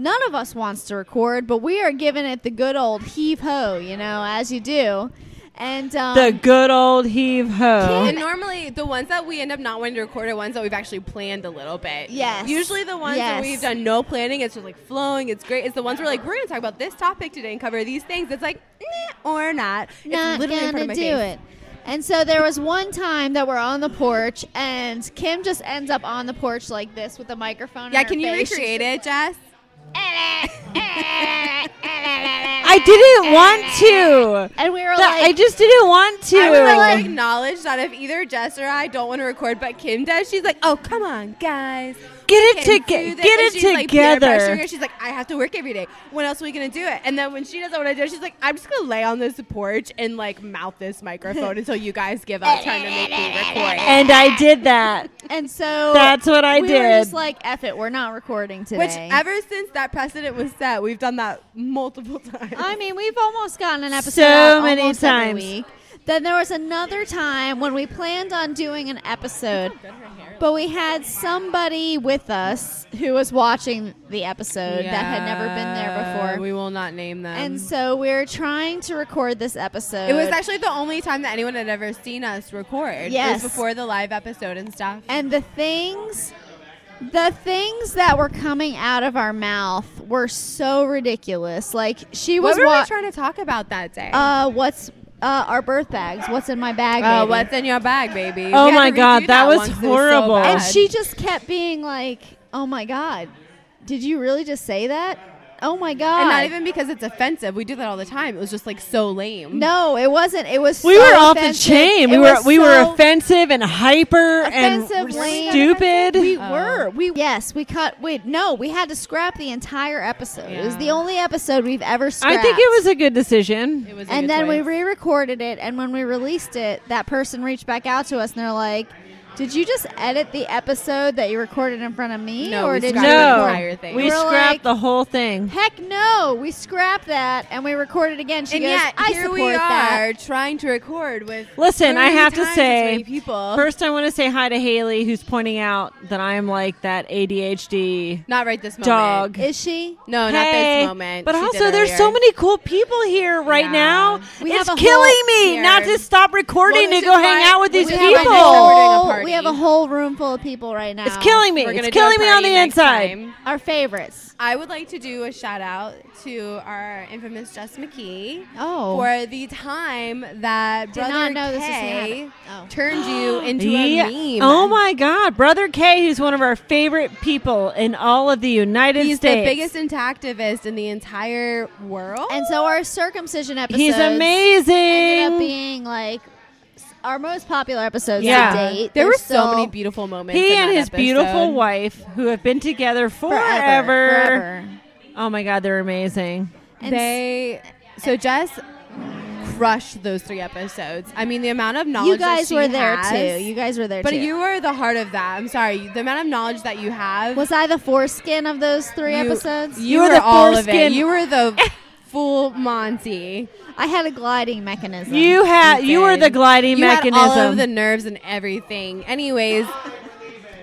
None of us wants to record, but we are giving it the good old heave ho, you know, as you do. And um,
The good old heave ho.
Can't-
And normally, the ones that we end up not wanting to record are ones that we've actually planned a little bit.
Yes.
Usually, the ones
Yes.
that we've done no planning, it's just like flowing. It's great. It's the ones we're like, we're going to talk about this topic today and cover these things. It's like, nah, or not.
not
it's literally in
gonna
front of
do
my face.
it. And so there was one time that we're on the porch, and Kim just ends up on the porch like this with a microphone. in
Yeah,
her
can you
face. She's
recreate it, Jess?
I didn't want to.
And we were
That-
like,
I just didn't want to.
I would like to acknowledge that if either Jess or I don't want to record, but Kim does, she's like, "Oh, come on, guys,
Get
We
it
can
toge-
do this."
get
And
it
she's, like, peer
together.
pressuring her. she's like, "I have to work every day. When else are we gonna do it?" And then when she doesn't want to do it, she's like, "I'm just gonna lay on this porch and like mouth this microphone until you guys give up trying to make me record."
and I did that.
and so
That's what I
we Were
did.
just like, F it, we're not recording today.
Which ever since that precedent was set, we've done that multiple times.
I mean, we've almost gotten an episode
So
out
many
almost
times.
Every week. Then there was another time when we planned on doing an episode, but we had somebody with us who was watching the episode that had never been there before.
We will not name them.
and so we're trying to record this episode.
it was actually the only time that anyone had ever seen us record.
Yes.
It was before the live episode and stuff.
and the things the things that were coming out of our mouth were so ridiculous. Like she was
What were
wa-
we trying to talk about that day?
uh what's uh, our birth bags. What's in my bag?
Oh,
baby?
what's in your bag, baby?
Oh
We had
my
to redo
God, that was
once, it so
horrible.
bad.
And she just kept being like, "Oh my god, did you really just say that? Oh my god!"
and not even because it's offensive. We do that all the time. It was just like so lame.
No, it wasn't. It was.
We
so
were off the
offensive.
chain.
It
We were
was
we
so
were offensive and hyper and
offensive, lame.
stupid.
We were. We yes. We cut. Wait, no. We had to scrap the entire episode. It was
Yeah.
the only episode we've ever
I
scrapped.
think it was a good decision.
It was a
And
good
then we
choice.
re-recorded it, and when we released it, that person reached back out to us, and they're like, "Did you just edit the episode that you recorded in front of me,
No,
or
we
did
scrapped
you
the
record-
entire
No,
thing.
we
We're
scrapped
like-
the whole thing.
Heck no, we scrapped that and we recorded again. She
and
goes,
yet
I
here
support
we are
that.
trying to record with.
Listen, I
30
have to
times as
say,
many people.
First, I want to say hi to Haley, who's pointing out that I'm like that ADHD
not right this moment.
dog.
Is she?
No, not
Hey,
this moment.
But
She did
also, there's so
earlier.
many cool people here right
Yeah.
now.
We
it's
have a
killing
whole-
me not
here.
to stop recording
Well,
to
this
go
is
hang
why
out with
we
these
have a
a
next time we're
people.
doing a
whole,
party.
we have a whole room full of people right now.
It's killing me.
We're gonna
It's
do a
killing me on
party
the
next
inside.
time.
Our favorites.
I would like to do a shout out to our infamous Jess McKee.
Oh.
For the time that
Did
Brother
not know this was gonna
K
happen. Oh.
turned you into a
Yeah.
meme.
Oh my God, Brother K, who's one of our favorite people in all of the United
He's
States.
the biggest intactivist in the entire world.
And so our circumcision episodes
He's
ended up
amazing.
being like s- our most popular episodes
Yeah.
to date.
There
They're
were so
still
many beautiful moments.
He
in
and
that
his
episode.
beautiful wife, who have been together forever.
forever. forever.
Oh my God, they're amazing.
And
They so Jess crushed those three episodes. I mean, the amount of knowledge
you
that
guys
she
were there
has-
too. You guys were there
but
too.
you were the heart of that. I'm sorry, the amount of knowledge that you have.
was I the foreskin of those three
you-
episodes?
You,
You were
were
the
all of it.
foreskin.
You were the full Monty.
I had a gliding mechanism.
You had you were
did.
the gliding
you
mechanism.
Had all of the nerves and everything. Anyways,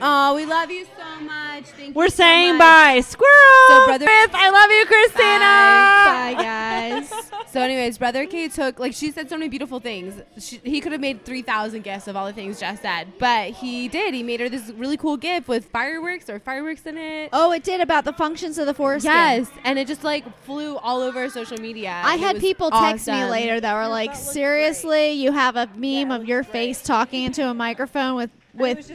oh, we love you so much. Thank
We're
you so
saying
much.
bye, squirrel.
So, brother-
Chris, I love you,
Bye,
Christina.
Bye, guys. so, anyways, Brother K took, like, she said so many beautiful things. She, he could have made 3,000 gifts of all the things Jess said, but he did. He made her this really cool gift with fireworks or fireworks in it.
Oh, it did about the functions of the foreskin.
yes. And it just, like, flew all over social media.
I
and it
had
was
people text me
awesome.
later that were like, "Seriously, you have a meme of your face talking into a microphone with with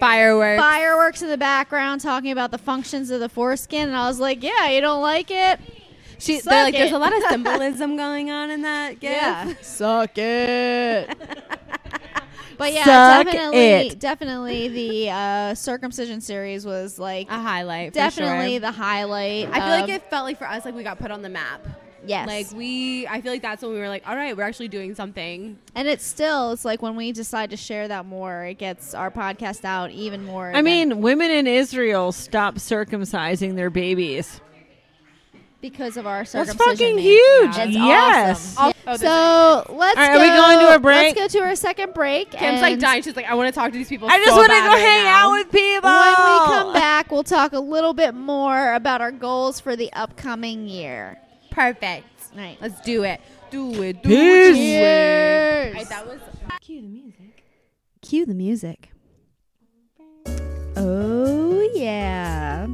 Fireworks.
fireworks in the background talking about the functions of the foreskin." And I was like, "Yeah, you don't like it?
She,
Suck
they're like, there's
it.
a lot of symbolism going on in that gift.
suck it." but yeah,
Suck
definitely,
it.
definitely the uh, circumcision series was like
A highlight. for
definitely
sure.
the highlight.
I feel like
of-
it felt like for us, like we got put on the map.
yes,
Like we, I feel like that's when we were like, all right, we're actually doing something.
and it's still it's like when we decide to share that more, it gets our podcast out even more.
I mean, women in Israel stop circumcising their babies.
because of our
That's
circumcision.
fucking
man.
huge.
It's
yes.
awesome.
Oh, this
So let's
All right,
go.
are we going to a break?
Let's go to our second break.
Kim's
and
like dying. She's like, I want to talk to these people.
I just
so
want to
bad
go
right
hang
now."
out with people.
When we come back, we'll talk a little bit more about our goals for the upcoming year.
Perfect.
Right.
Let's do it. do it. Do
Peace.
what you
Cheers.
Alright, that was
Cue the music.
Cue the music. Oh, yeah.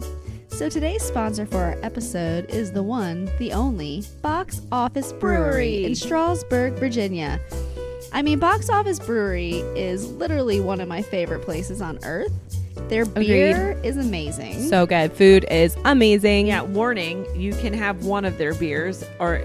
So today's sponsor for our episode is the one, the only, Box Office Brewery in Strasburg, Virginia. I mean, Box Office Brewery is literally one of my favorite places on earth. Their beer is amazing.
So good. Food is amazing.
Yeah, warning, you can have one of their beers or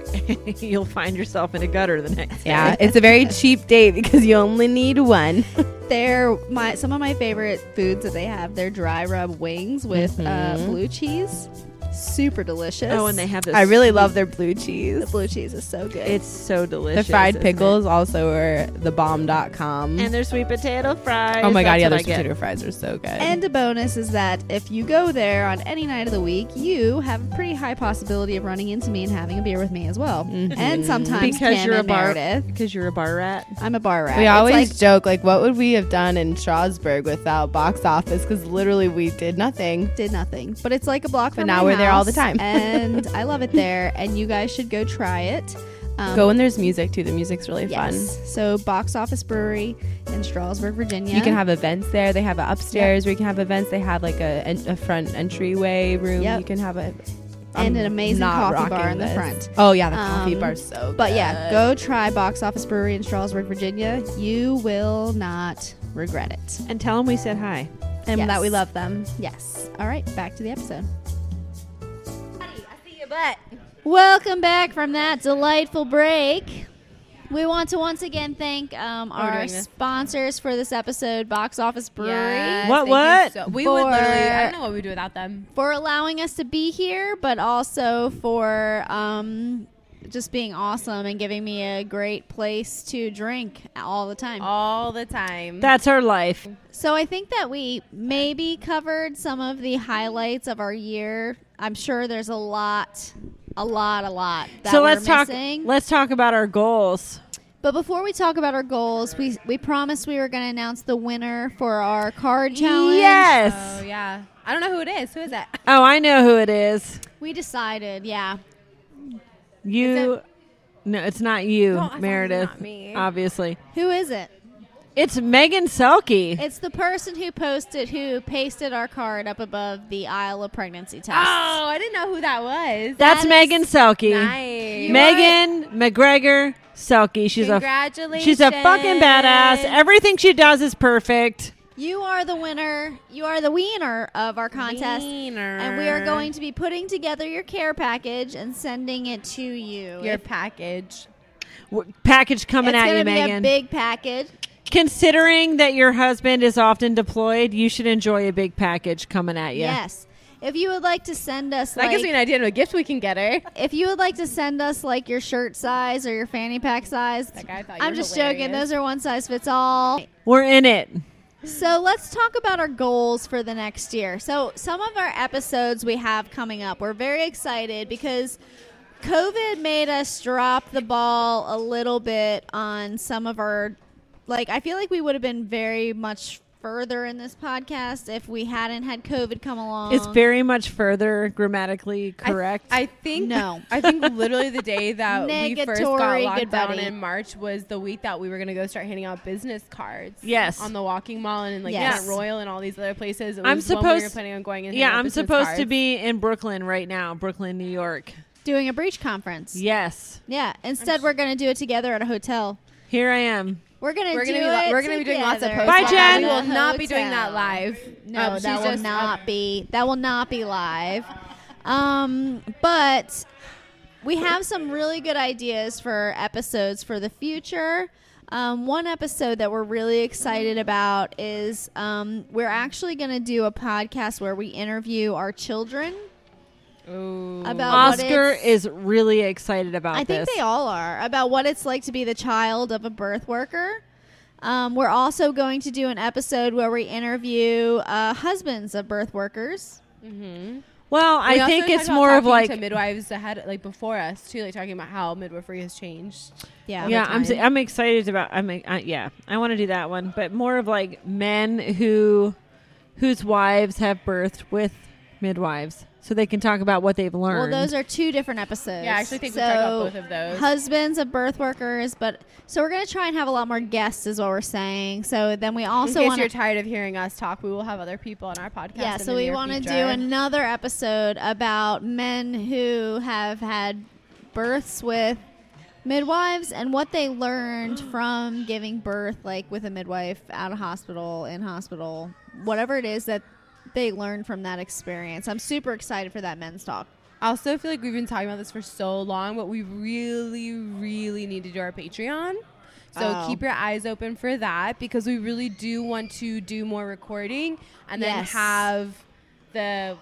you'll find yourself in a gutter the next day.
Yeah, it's a very cheap date because you only need one.
They're my some of my favorite foods that they have. Their dry rub wings with uh, blue cheese, super delicious.
Oh, and they have this.
I really love their blue cheese.
the blue cheese is so good.
It's so
The
delicious.
fried
isn't it?
pickles also are the bomb.com.
And their sweet potato fries.
oh my god,
That's
yeah,
what
their
I
sweet
get.
potato fries are so good.
And a bonus is that if you go there on any night of the week, you have a pretty high possibility of running into me and having a beer with me as well.
Mm-hmm.
And sometimes
Because
Kim
you're a
and
bar
Meredith.
Because you're a bar rat.
I'm a bar rat.
we
It's
always
like-
joke like, what would we have done in Strasbourg without box office? Because literally we did nothing.
did nothing, but it's like a block.
But
from
now
my
we're there all the
house,
time.
and I love it there. And you guys should go try it. Um,
Go when there's music too. The music's really fun.
Yes. So Box Office Brewery in Strasburg, Virginia.
You can have events there. They have it upstairs where you can have events. They have like a, en- a front entryway room.
Yep.
You can have a
And an amazing
not
coffee bar
rocking
in the front.
Oh yeah, the coffee
Um,
bar's so.
But yeah,
good.
go try Box Office Brewery in Strasburg, Virginia. You will not regret it.
And tell them we said hi.
and
yes.
that we love them.
Yes. All right, back to the episode.
I see your butt.
Welcome back from that delightful break. We want to once again thank um, our
doing this.
sponsors for this episode, Box Office Brewery,
Yes,
What,
thank you
what?
so- we would literally I
For-
don't know what we'd do without them.
for allowing us to be here, but also for um, just being awesome and giving me a great place to drink all the time.
All the time.
That's our life.
So I think that we maybe covered some of the highlights of our year. I'm sure there's a lot, a lot, a lot. That
so
we're
let's talk.
missing.
Let's talk about our goals.
But before we talk about our goals, we we promised we were going to announce the winner for our card challenge.
Yes.
oh yeah. I don't know who it is. Who is that?
Oh, I know who it is.
We decided, yeah.
You.
Is
no, it's not you,
No, I thought it was
Meredith.
not me.
Obviously,
Who is it?
it's Megan Selke.
It's the person who posted who pasted our card up above the aisle of pregnancy tests.
Oh, I didn't know who that was.
That's
that
Megan Selke.
nice.
Megan McGregor Selke. She's a
Congratulations.
she's a fucking badass. Everything she does is perfect.
You are the winner. You are the wiener of our contest.
Wiener.
And we are going to be putting together your care package and sending it to you.
your
If-
package.
W- Package
it's
coming at
going
you,
to be
Megan.
a big package.
Considering that your husband is often deployed, you should enjoy a big package coming at you.
Yes. If you would like to send us
That
like
gives me an idea of a gift we can get her.
If you would like to send us like your shirt size or your fanny pack size,
Like, I thought you
I'm
were
just joking.
hilarious.
Those are one size fits all.
We're in it.
So let's talk about our goals for the next year. So some of our episodes we have coming up, we're very excited because COVID made us drop the ball a little bit on some of our like I feel like we would have been very much further in this podcast if we hadn't had COVID come along.
It's very much further grammatically correct.
I, I think
No.
I think literally the day that we first got
Negatory,
locked
good
down
buddy.
in March was the week that we were gonna go start handing out business cards.
Yes.
on the Walking Mall and in, like
Yes.
Mount Royal and all these other places. It
I'm
was when we were
supposed-
planning on going. And handing
yeah,
out
I'm
business
supposed to
cards.
be in Brooklyn right now, Brooklyn, New York.
doing a breach conference.
Yes,
Yeah. Instead we're gonna do it together at a hotel.
here I am.
We're gonna
We're gonna
do
be li-
it
we're gonna be doing lots of
together.
posts.
Bye,
on that.
Jen.
We will not be doing
Hotel.
that live.
No,
Um,
that
she's
will
just-
not be that will not be live. Um, but we have some really good ideas for episodes for the future. Um, one episode that we're really excited about is um, we're actually going to do a podcast where we interview our children
Uh,
about what
Oscar
it's-
is really excited about
I think
this.
they all are about what it's like to be the child of a birth worker. Um, we're also going to do an episode where we interview uh, husbands of birth workers.
well,
We
I
also
think
talked
it's
about
more of
talking
like
to midwives ahead, like before us too, like talking about how midwifery has changed.
Yeah,
yeah, I'm s-
time.
I'm excited about I'm uh, yeah, I want to do that one, but more of like men who whose wives have birthed with midwives. so they can talk about what they've learned.
Well, those are two different episodes.
Yeah, I actually think we talked about both of those.
Husbands of birth workers, but so we're gonna try and have a lot more guests, is what we're saying. So then we
In
also
case
want
you're
to.
tired of hearing us talk, we will have other people on our podcast.
Yeah,
in
so
the
we
near
want to do
future.
another episode about men who have had births with midwives and what they learned from giving birth, like with a midwife, out of hospital, in hospital, whatever it is that they learned from that experience. I'm super excited for that men's talk.
I also feel like we've been talking about this for so long, but we really, really need to do our Patreon. So
Oh.
keep your eyes open for that because we really do want to do more recording and then
Yes.
have the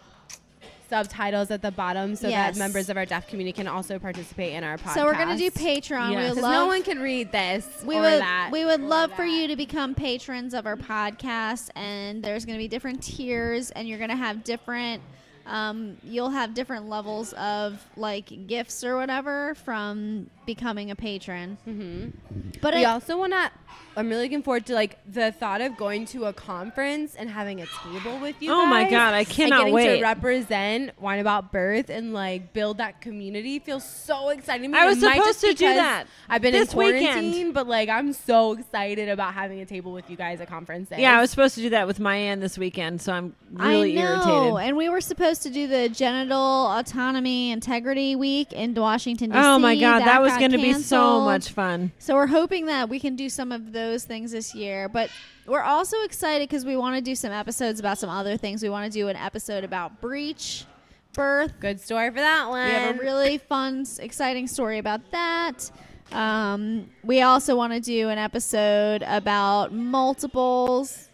subtitles at the bottom so
Yes.
that members of our deaf community can also participate in our podcast.
So we're gonna do Patreon.
Yes.
We would
'Cause
love.
no one can read this
we
or
would
that.
we would
or
love for
that.
you to become patrons of our podcast, and there's going to be different tiers, and you're going to have different. Um, you'll have different levels of like gifts or whatever from becoming a patron. Mm-hmm. But
we
I,
also want to. I'm really looking forward to like the thought of going to a conference and having a table with you.
Oh my
guys
God, I
and
cannot
getting
wait.
to represent Wine About Birth and like build that community. Feels so exciting. me.
I was
It might
supposed
just
to do
because
that
I've been
this
in
weekend.
quarantine, but like I'm so excited about having a table with you guys at conferences.
yeah, I was supposed to do that with my aunt this weekend, so I'm really
I know,
irritated.
and we were supposed to do the genital autonomy integrity week in Washington D.C.
Oh my god, that, was
got
going to be so
canceled.
much fun.
So we're hoping that we can do some of those things this year, but we're also excited because we want to do some episodes about some other things. We want to do an episode about breach, birth.
good story for that one.
We have a really fun, s- exciting story about that. Um, we also want to do an episode about multiples.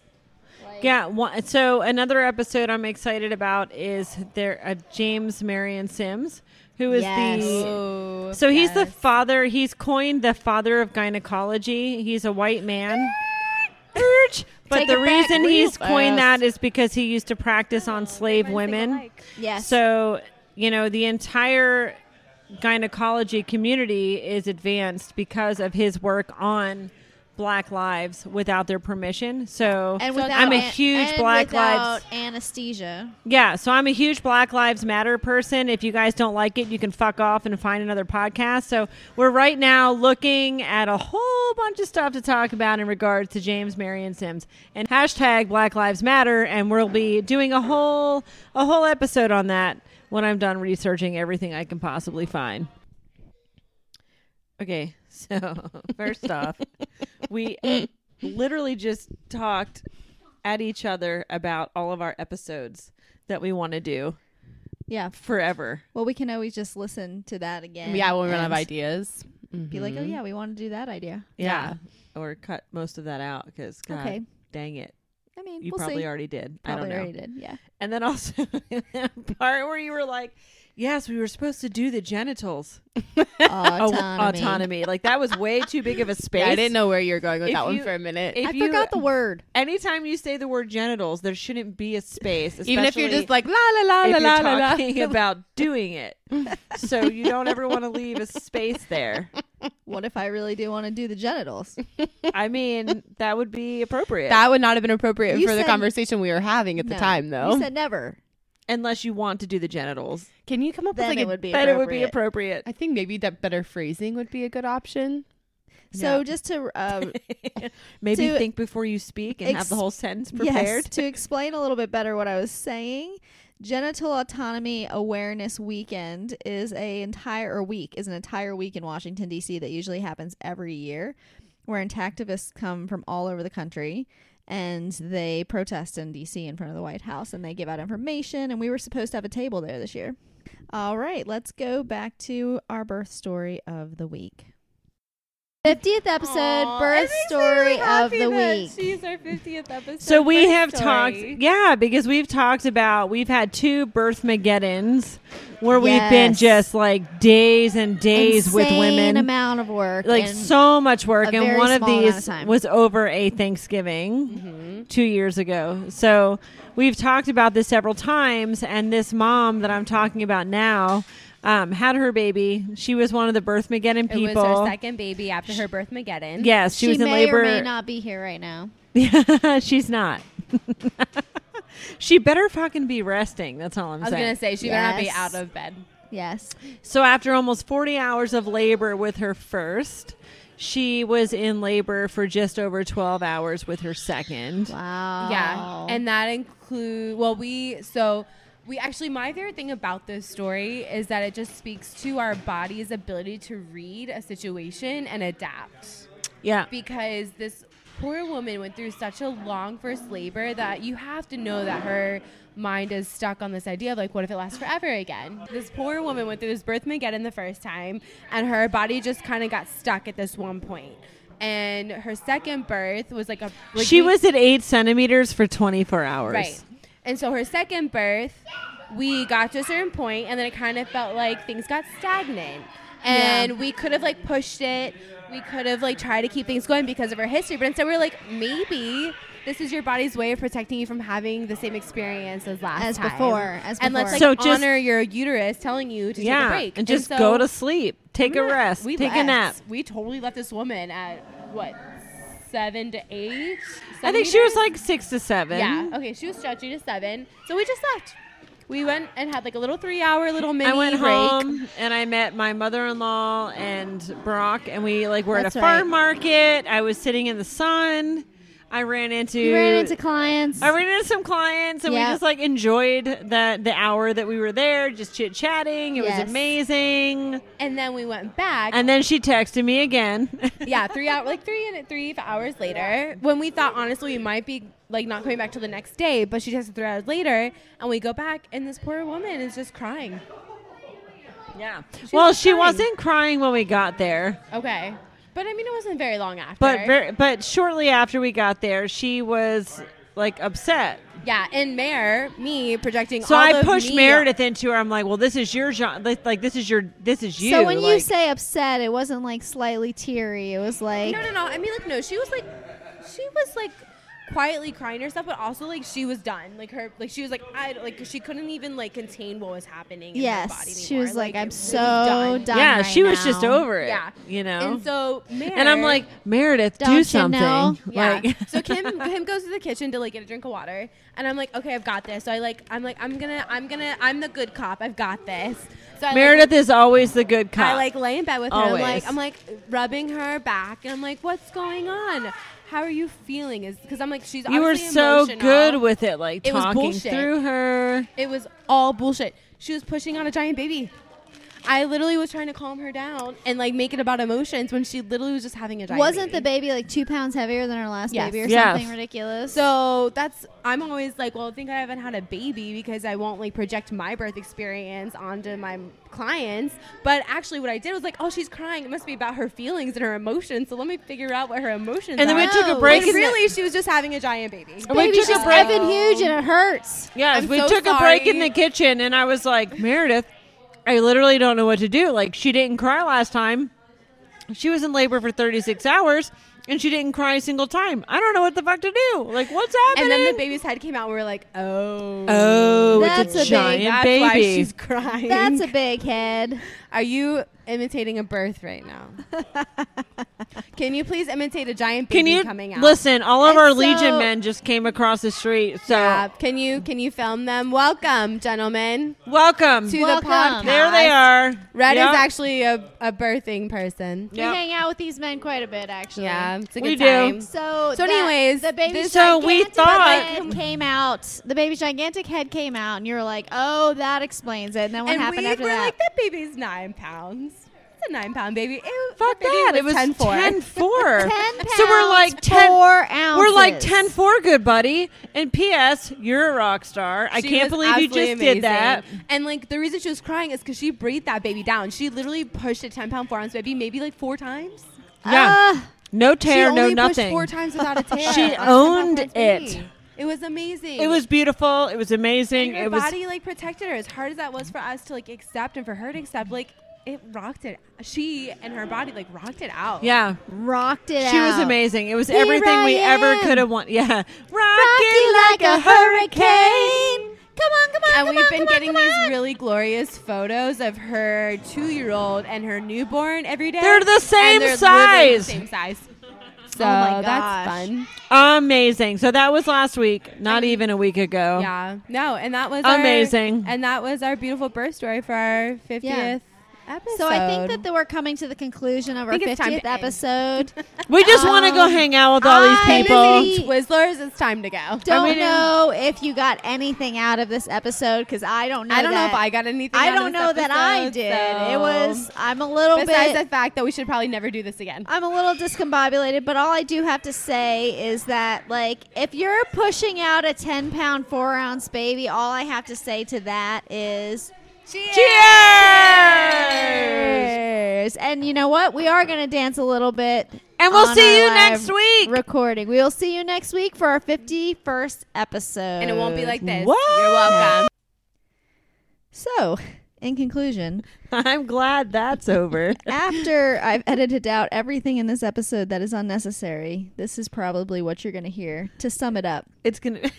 Yeah. One, so another episode I'm excited about is there uh, James Marion Sims, who is
Yes.
the.
Ooh,
So he's the
yes.
father. He's coined the father of gynecology. He's a white man. Urge. But
Take
the
it back
reason
real
he's coined
fast.
that is because he used to practice on slave women.
Yes.
So, you know, the entire gynecology community is advanced because of his work on black lives without their permission. So,
and without,
I'm a
an-
huge
and
black
without
lives
anesthesia.
yeah, so I'm a huge Black Lives Matter person. If you guys don't like it, you can fuck off and find another podcast. So we're right now looking at a whole bunch of stuff to talk about in regards to James Marion Sims and hashtag Black Lives Matter, and we'll be doing a whole a whole episode on that when I'm done researching everything I can possibly find. Okay, so first off, we literally just talked at each other about all of our episodes that we want to do
Yeah.
forever.
Well, we can always just listen to that again.
yeah, when we run out
and
of ideas.
Be like, oh
Mm-hmm.
yeah, we want to do that idea.
Yeah.
Or cut most of that out because, God
Okay.
dang it.
I mean,
You
we'll
probably
see.
already did.
Probably
I don't know.
already did. Yeah.
And then also that part where you were like, yes, we were supposed to do the genitals. Oh,
Autonomy.
autonomy. Like that was way too big of a space.
I didn't know where you were going with
If
that
you-
one for a minute.
If
I
you,
forgot the word.
Anytime you say the word genitals, there shouldn't be a space.
Even if you're
especially-
just like la la la la
if
la
you're
la la.
talking about doing it. so you don't ever want to leave a space there.
What if I really do want to do the genitals?
I mean, that would be appropriate.
That would not have been appropriate
You
for the
said-
conversation we were having at the
No.
time, though.
You said never.
Unless you want to do the genitals.
Can you come up
Then
with like
it
a
would be.
But it would be
appropriate.
appropriate.
I think maybe that better phrasing would be a good option.
So
Yeah.
just to um,
Maybe
To
think before you speak and have the
ex-
whole sentence
yes,
prepared.
to explain a little bit better what I was saying, genital autonomy awareness weekend is a entire or week is an entire week in Washington D.C. that usually happens every year, where intactivists come from all over the country. And they protest in D.C. in front of the White House, and they give out information. And we were supposed to have a table there this year. All right, let's go back to our birth story of the week. 50th episode birth story of the week.
She's our 50th episode.
So we
birth
have
story.
talked, yeah, because we've talked about we've had two birth mageddons where we've been
Yes.
just like days and days with
Insane
women,
amount of work
like
and
so much work,
a
and
very
one of
small amount of
these
time. Mm-hmm.
was over a Thanksgiving two years ago. So we've talked about this several times, and this mom that I'm talking about now um, had her baby. She was one of the birth mageddon
It was
people.
her second baby after her birth, Mageddon.
Yes, she,
she
was in
may
labor.
or may not be here right now
Yeah, she's not. She better fucking be resting. That's all I'm
I was
saying.
gonna say she better not be
Yes.
out of bed.
Yes.
So after almost 40 hours of labor with her first, she was in labor for just over 12 hours with her second.
Wow.
Yeah,
Oh.
and that include well, we so we actually my favorite thing about this story is that it just speaks to our body's ability to read a situation and adapt
Yeah.
because this poor woman went through such a long first labor that you have to know that her mind is stuck on this idea of like what if it lasts forever again this poor woman went through this birth mageddon the first time and her body just kind of got stuck at this one point and her second birth was like a like
she
we-
was at 8 centimeters for 24 hours.
Right. And so her second birth, we got to a certain point, and then it kind of felt like things got stagnant. And we could have like pushed it. We could have like tried to keep things going because of her history. But instead, we are like, maybe this is your body's way of protecting you from having the same experience as last
As
time.
before, as
And let's like
before.
So just-
honor your uterus telling you to take a
Yeah.
break
And just
so
go to sleep. Take a
we-
rest.
we
Take a
left.
nap.
We totally left this woman at what seven to eight.
I think she was
centimeters?
like 6 to 7.
Yeah. Okay. She was stretching to seven, so we just left. We went and had like a little three-hour little mini
I went
break.
home and I met my mother-in-law and Brock, and we like were
That's
at a
right.
farm market. I was sitting in the sun. I ran into
you ran into clients.
I ran into some clients, and
Yeah.
we just like enjoyed the the hour that we were there, just chit chatting. It
Yes.
was amazing.
and then we went back.
And then she texted me again.
yeah, three hour like three and three hours later, when we thought honestly we might be like not coming back till the next day, but she texted three hours later, and we go back, and this poor woman is just crying.
yeah. well,
was
she
crying.
wasn't crying when we got there,
Okay, but I mean it wasn't very long after.
but ver- but shortly after we got there, she was like upset.
yeah, and Mayor, me projecting.
So
all
I
of
pushed
me-
Meredith into her. I'm like, well, this is your genre. Like, like, this is your this is you.
so when you
like-
say upset, it wasn't like slightly teary. It was like
No, no, no. I mean, like, no. She was like, she was like quietly crying herself, but also like she was done. Like her, like she was like, I like 'cause she couldn't even like contain what was happening. In her body
yes, she
anymore.
was like,
it
"I'm
was
so
done."
done."
yeah,
right
she was just
now."
over it.
Yeah,
you know.
And so, Mare,
And I'm like, Meredith,
Don't
do
you
something.
know?
Yeah.
Like,
so Kim Kim goes to the kitchen to like get a drink of water, and I'm like, okay, I've got this. So I like, I'm like, I'm gonna, I'm gonna, I'm the good cop. I've got this. So I, like,
Meredith is always the good cop.
I like lay in bed with her. I'm
Always.
like I'm like rubbing her back, and I'm like, "What's going on? How are you feeling?" Is because I'm like she's
you were
obviously
so
emotional.
good with it, like
It was
talking
bullshit.
through her.
It was all bullshit. She was pushing on a giant baby. I literally was trying to calm her down and like make it about emotions when she literally was just having a giant.
Wasn't the
baby.
baby like two pounds heavier than her last
Yes.
baby or
Yes.
something ridiculous?
so that's I'm always like, well, I think I haven't had a baby because I won't like project my birth experience onto my clients. But actually, what I did was like, oh, she's crying. It must be about her feelings and her emotions. So let me figure out what her emotions.
And then
are.
we
No,
took a
like,
break.
Like,
and the-
really, she was just having a giant baby.
we
baby's
took a
just
break.
effing huge and it hurts.
Yes,
I'm
we
so
took a break in
sorry.
the kitchen, and I was like, Meredith, I literally don't know what to do. Like, she didn't cry last time. She was in labor for 36 hours, and she didn't cry a single time. I don't know what the fuck to do. Like, what's happening?
And then the baby's head came out, and we were like, "Oh,
oh,
That's
it's
a
a,
big-
giant
that's
baby.
why she's crying."
That's a big head.
Are you imitating a birth right now? Can you please imitate a giant baby
Can you
coming out?
listen? All of
And
our
so-
Legion men just came across the street. So
Yeah. Uh, Can you can you film them? Welcome, gentlemen,
welcome.
to
Welcome.
the podcast.
there they are.
Red
Yep.
is actually a, a birthing person.
We
Yep.
hang out with these men quite a bit, actually.
Yeah, it's a good
We do.
time.
So,
So
that-
anyways,
the baby's
this-
so
So
gigantic
we
we
thought-
head came out. The baby's gigantic head came out, and you were like, "Oh, that explains it." And then what
and
happened
we
after
were
that?
like, that baby's nine pounds. It's a nine pound baby. It,
Fuck
the baby
that! It was 10
10.4.
4.
ten pounds.
so we're like 10
four ounces.
We're like 10 4, good buddy. And P.S., you're a rock star. I
She
can't
was
believe you
absolutely
just
amazing.
did that.
And like the reason she was crying is because she breathed that baby down. She literally pushed a ten pound four ounce baby maybe like four times.
Yeah.
Uh,
no
Ah. she
tear, no
only
nothing.
Pushed four times without a tear.
She
on a 10 pound
owned
four ounce baby.
it.
It was amazing.
it was beautiful. It was
And
amazing.
her
It was.
body like protected her as hard as that was for us to like accept and for her to accept. Like it rocked it. She and her body like rocked it out.
yeah.
rocked it.
She was
out.
amazing. It was
Here
everything we
I
ever
am.
could have wanted. Yeah.
Rocky
Rocking
like a hurricane. Come on, come on,
And
come
we've
on,
been
come
getting
on, come
these
on.
really glorious photos of her two year old and her newborn every day.
They're the same
And they're literally the
size.
same size. So
Oh my gosh.
that's fun.
Amazing. So that was last week, not even a week ago.
Yeah. No, and that was
Oh. Amazing.
Our, and that was our beautiful birth story for our 50th episode.
So I think that the, we're coming to the conclusion of our
think it's time
50th
to end.
episode.
We just want to go
Um,
hang out with all these
I
people.
really-
Twizzlers, it's time to go.
Don't
mean-
know if you got anything out of this episode because I don't know.
I don't know
that-
if I got anything.
I
out of
don't
this
know that I
episode,
did.
so-
It was. I'm a little
besides
bit.
the fact that we should probably never do this again.
I'm a little discombobulated, but all I do have to say is that, like, if you're pushing out a 10 pound, four ounce baby, all I have to say to that is
Cheers!
cheers. And you know what? We are going to dance a little bit.
And we'll
on
see
our
you
live
next week.
Recording. We will see you next week for our 51st episode.
And it won't be like this.
What?
You're welcome.
So, in conclusion,
I'm glad that's over.
after I've edited out everything in this episode that is unnecessary, this is probably what you're going to hear. To sum it up,
It's going to.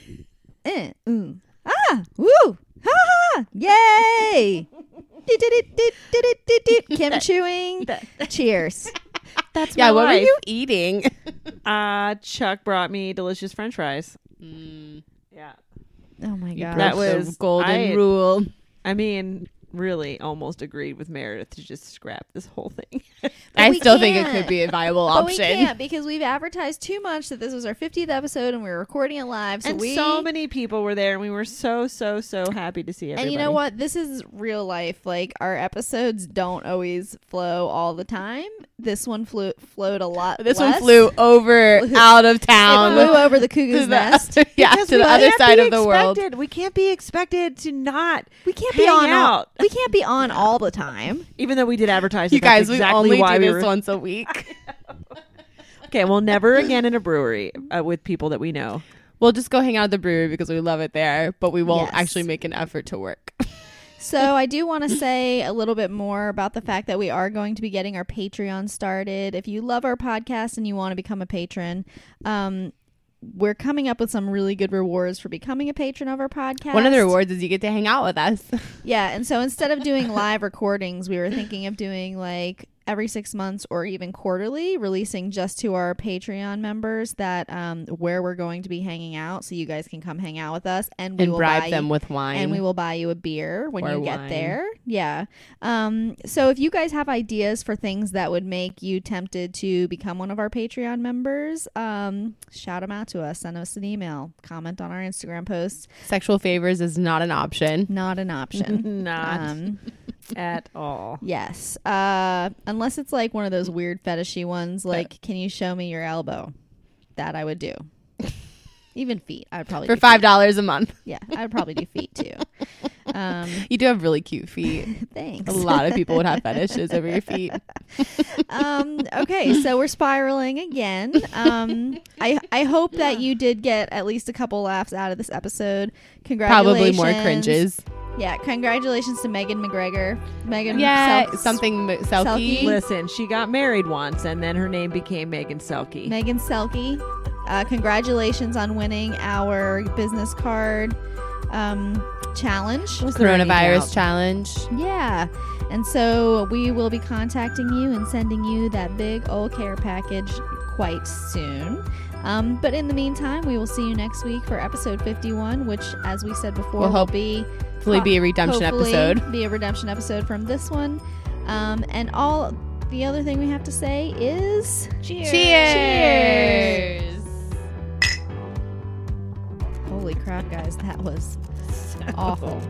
eh, mm, ah, woo, ha ha, yay! Did did it did did it did did Kim chewing. Cheers.
That's
Yeah,
my
what
life.
were you eating?
Uh, Chuck brought me delicious French fries. Yeah,
Oh my god.
That
Broke
was-
the golden
I-
rule.
I mean, really, almost agreed with Meredith to just scrap this whole thing.
But
I
we
still think it
can't.
could be a viable
but we
option.
can't because we've advertised too much that this was our 50th episode and we were recording it live. So
and
we
so many people were there, and we were so so so happy to see everybody.
And you know what? This is real life. Like our episodes don't always flow all the time. This one flew flowed a lot.
This
less.
one flew over out of
It
town.
flew over the
to
cuckoo's
the
nest.
other, yeah,
Because
to
we
the other
can't
side
be
of the world.
expected- We can't be expected to not,
We can't be
Hang
on all.
out.
We can't be on all the time.
even though we did advertise.
You
it, that's
guys,
exactly
we
why
only do
we
this
were,
once a week.
Okay, well, never again in a brewery uh, with people that we know.
we'll just go hang out at the brewery because we love it there, but we won't
Yes.
actually make an effort to work.
So I do want to say a little bit more about the fact that we are going to be getting our Patreon started. If you love our podcast and you want to become a patron, um, we're coming up with some really good rewards for becoming a patron of our podcast.
One of the rewards is you get to hang out with us.
Yeah, and so instead of doing live recordings, we were thinking of doing like every six months or even quarterly, releasing just to our Patreon members that um, where we're going to be hanging out, so you guys can come hang out with us, and we
and
will buy
bribe
you-
them with wine.
and we will buy you a beer when
Or
you get
wine.
there. Yeah. Um, so if you guys have ideas for things that would make you tempted to become one of our Patreon members, um, shout them out to us. Send us an email. Comment on our Instagram posts.
Sexual favors is not an option.
Not an option.
Not
um,
at all.
Yes. Uh, unless it's like one of those weird fetishy ones, like, can you show me your elbow? That I would do. Even feet, I'd probably
For
do
five dollars a month,
feet. Yeah, I'd probably do feet too. Um,
you do have really cute feet.
thanks.
A lot of people would have fetishes over your feet.
Um, okay, so we're spiraling again. Um, I I hope that you did get at least a couple laughs out of this episode.
Probably
Congratulations.
more cringes.
Yeah, congratulations to Megan McGregor. Megan,
Yeah,
Self-
something m-
Selkie.
selkie.
Listen, she got married once, and then her name became Megan Selke.
Megan Selke. Uh, congratulations on winning our business card um, challenge.
Was there any
Coronavirus
doubt?
challenge.
Yeah. And so we will be contacting you and sending you that big old care package quite soon. Um, but in the meantime, we will see you next week for episode 51, which, as we said before,
We'll
will
hope-
be
Hopefully, be a redemption
hopefully
episode.
Be a redemption episode from this one. Um, and all the other thing we have to say is.
Cheers.
Holy crap, guys, that was awful.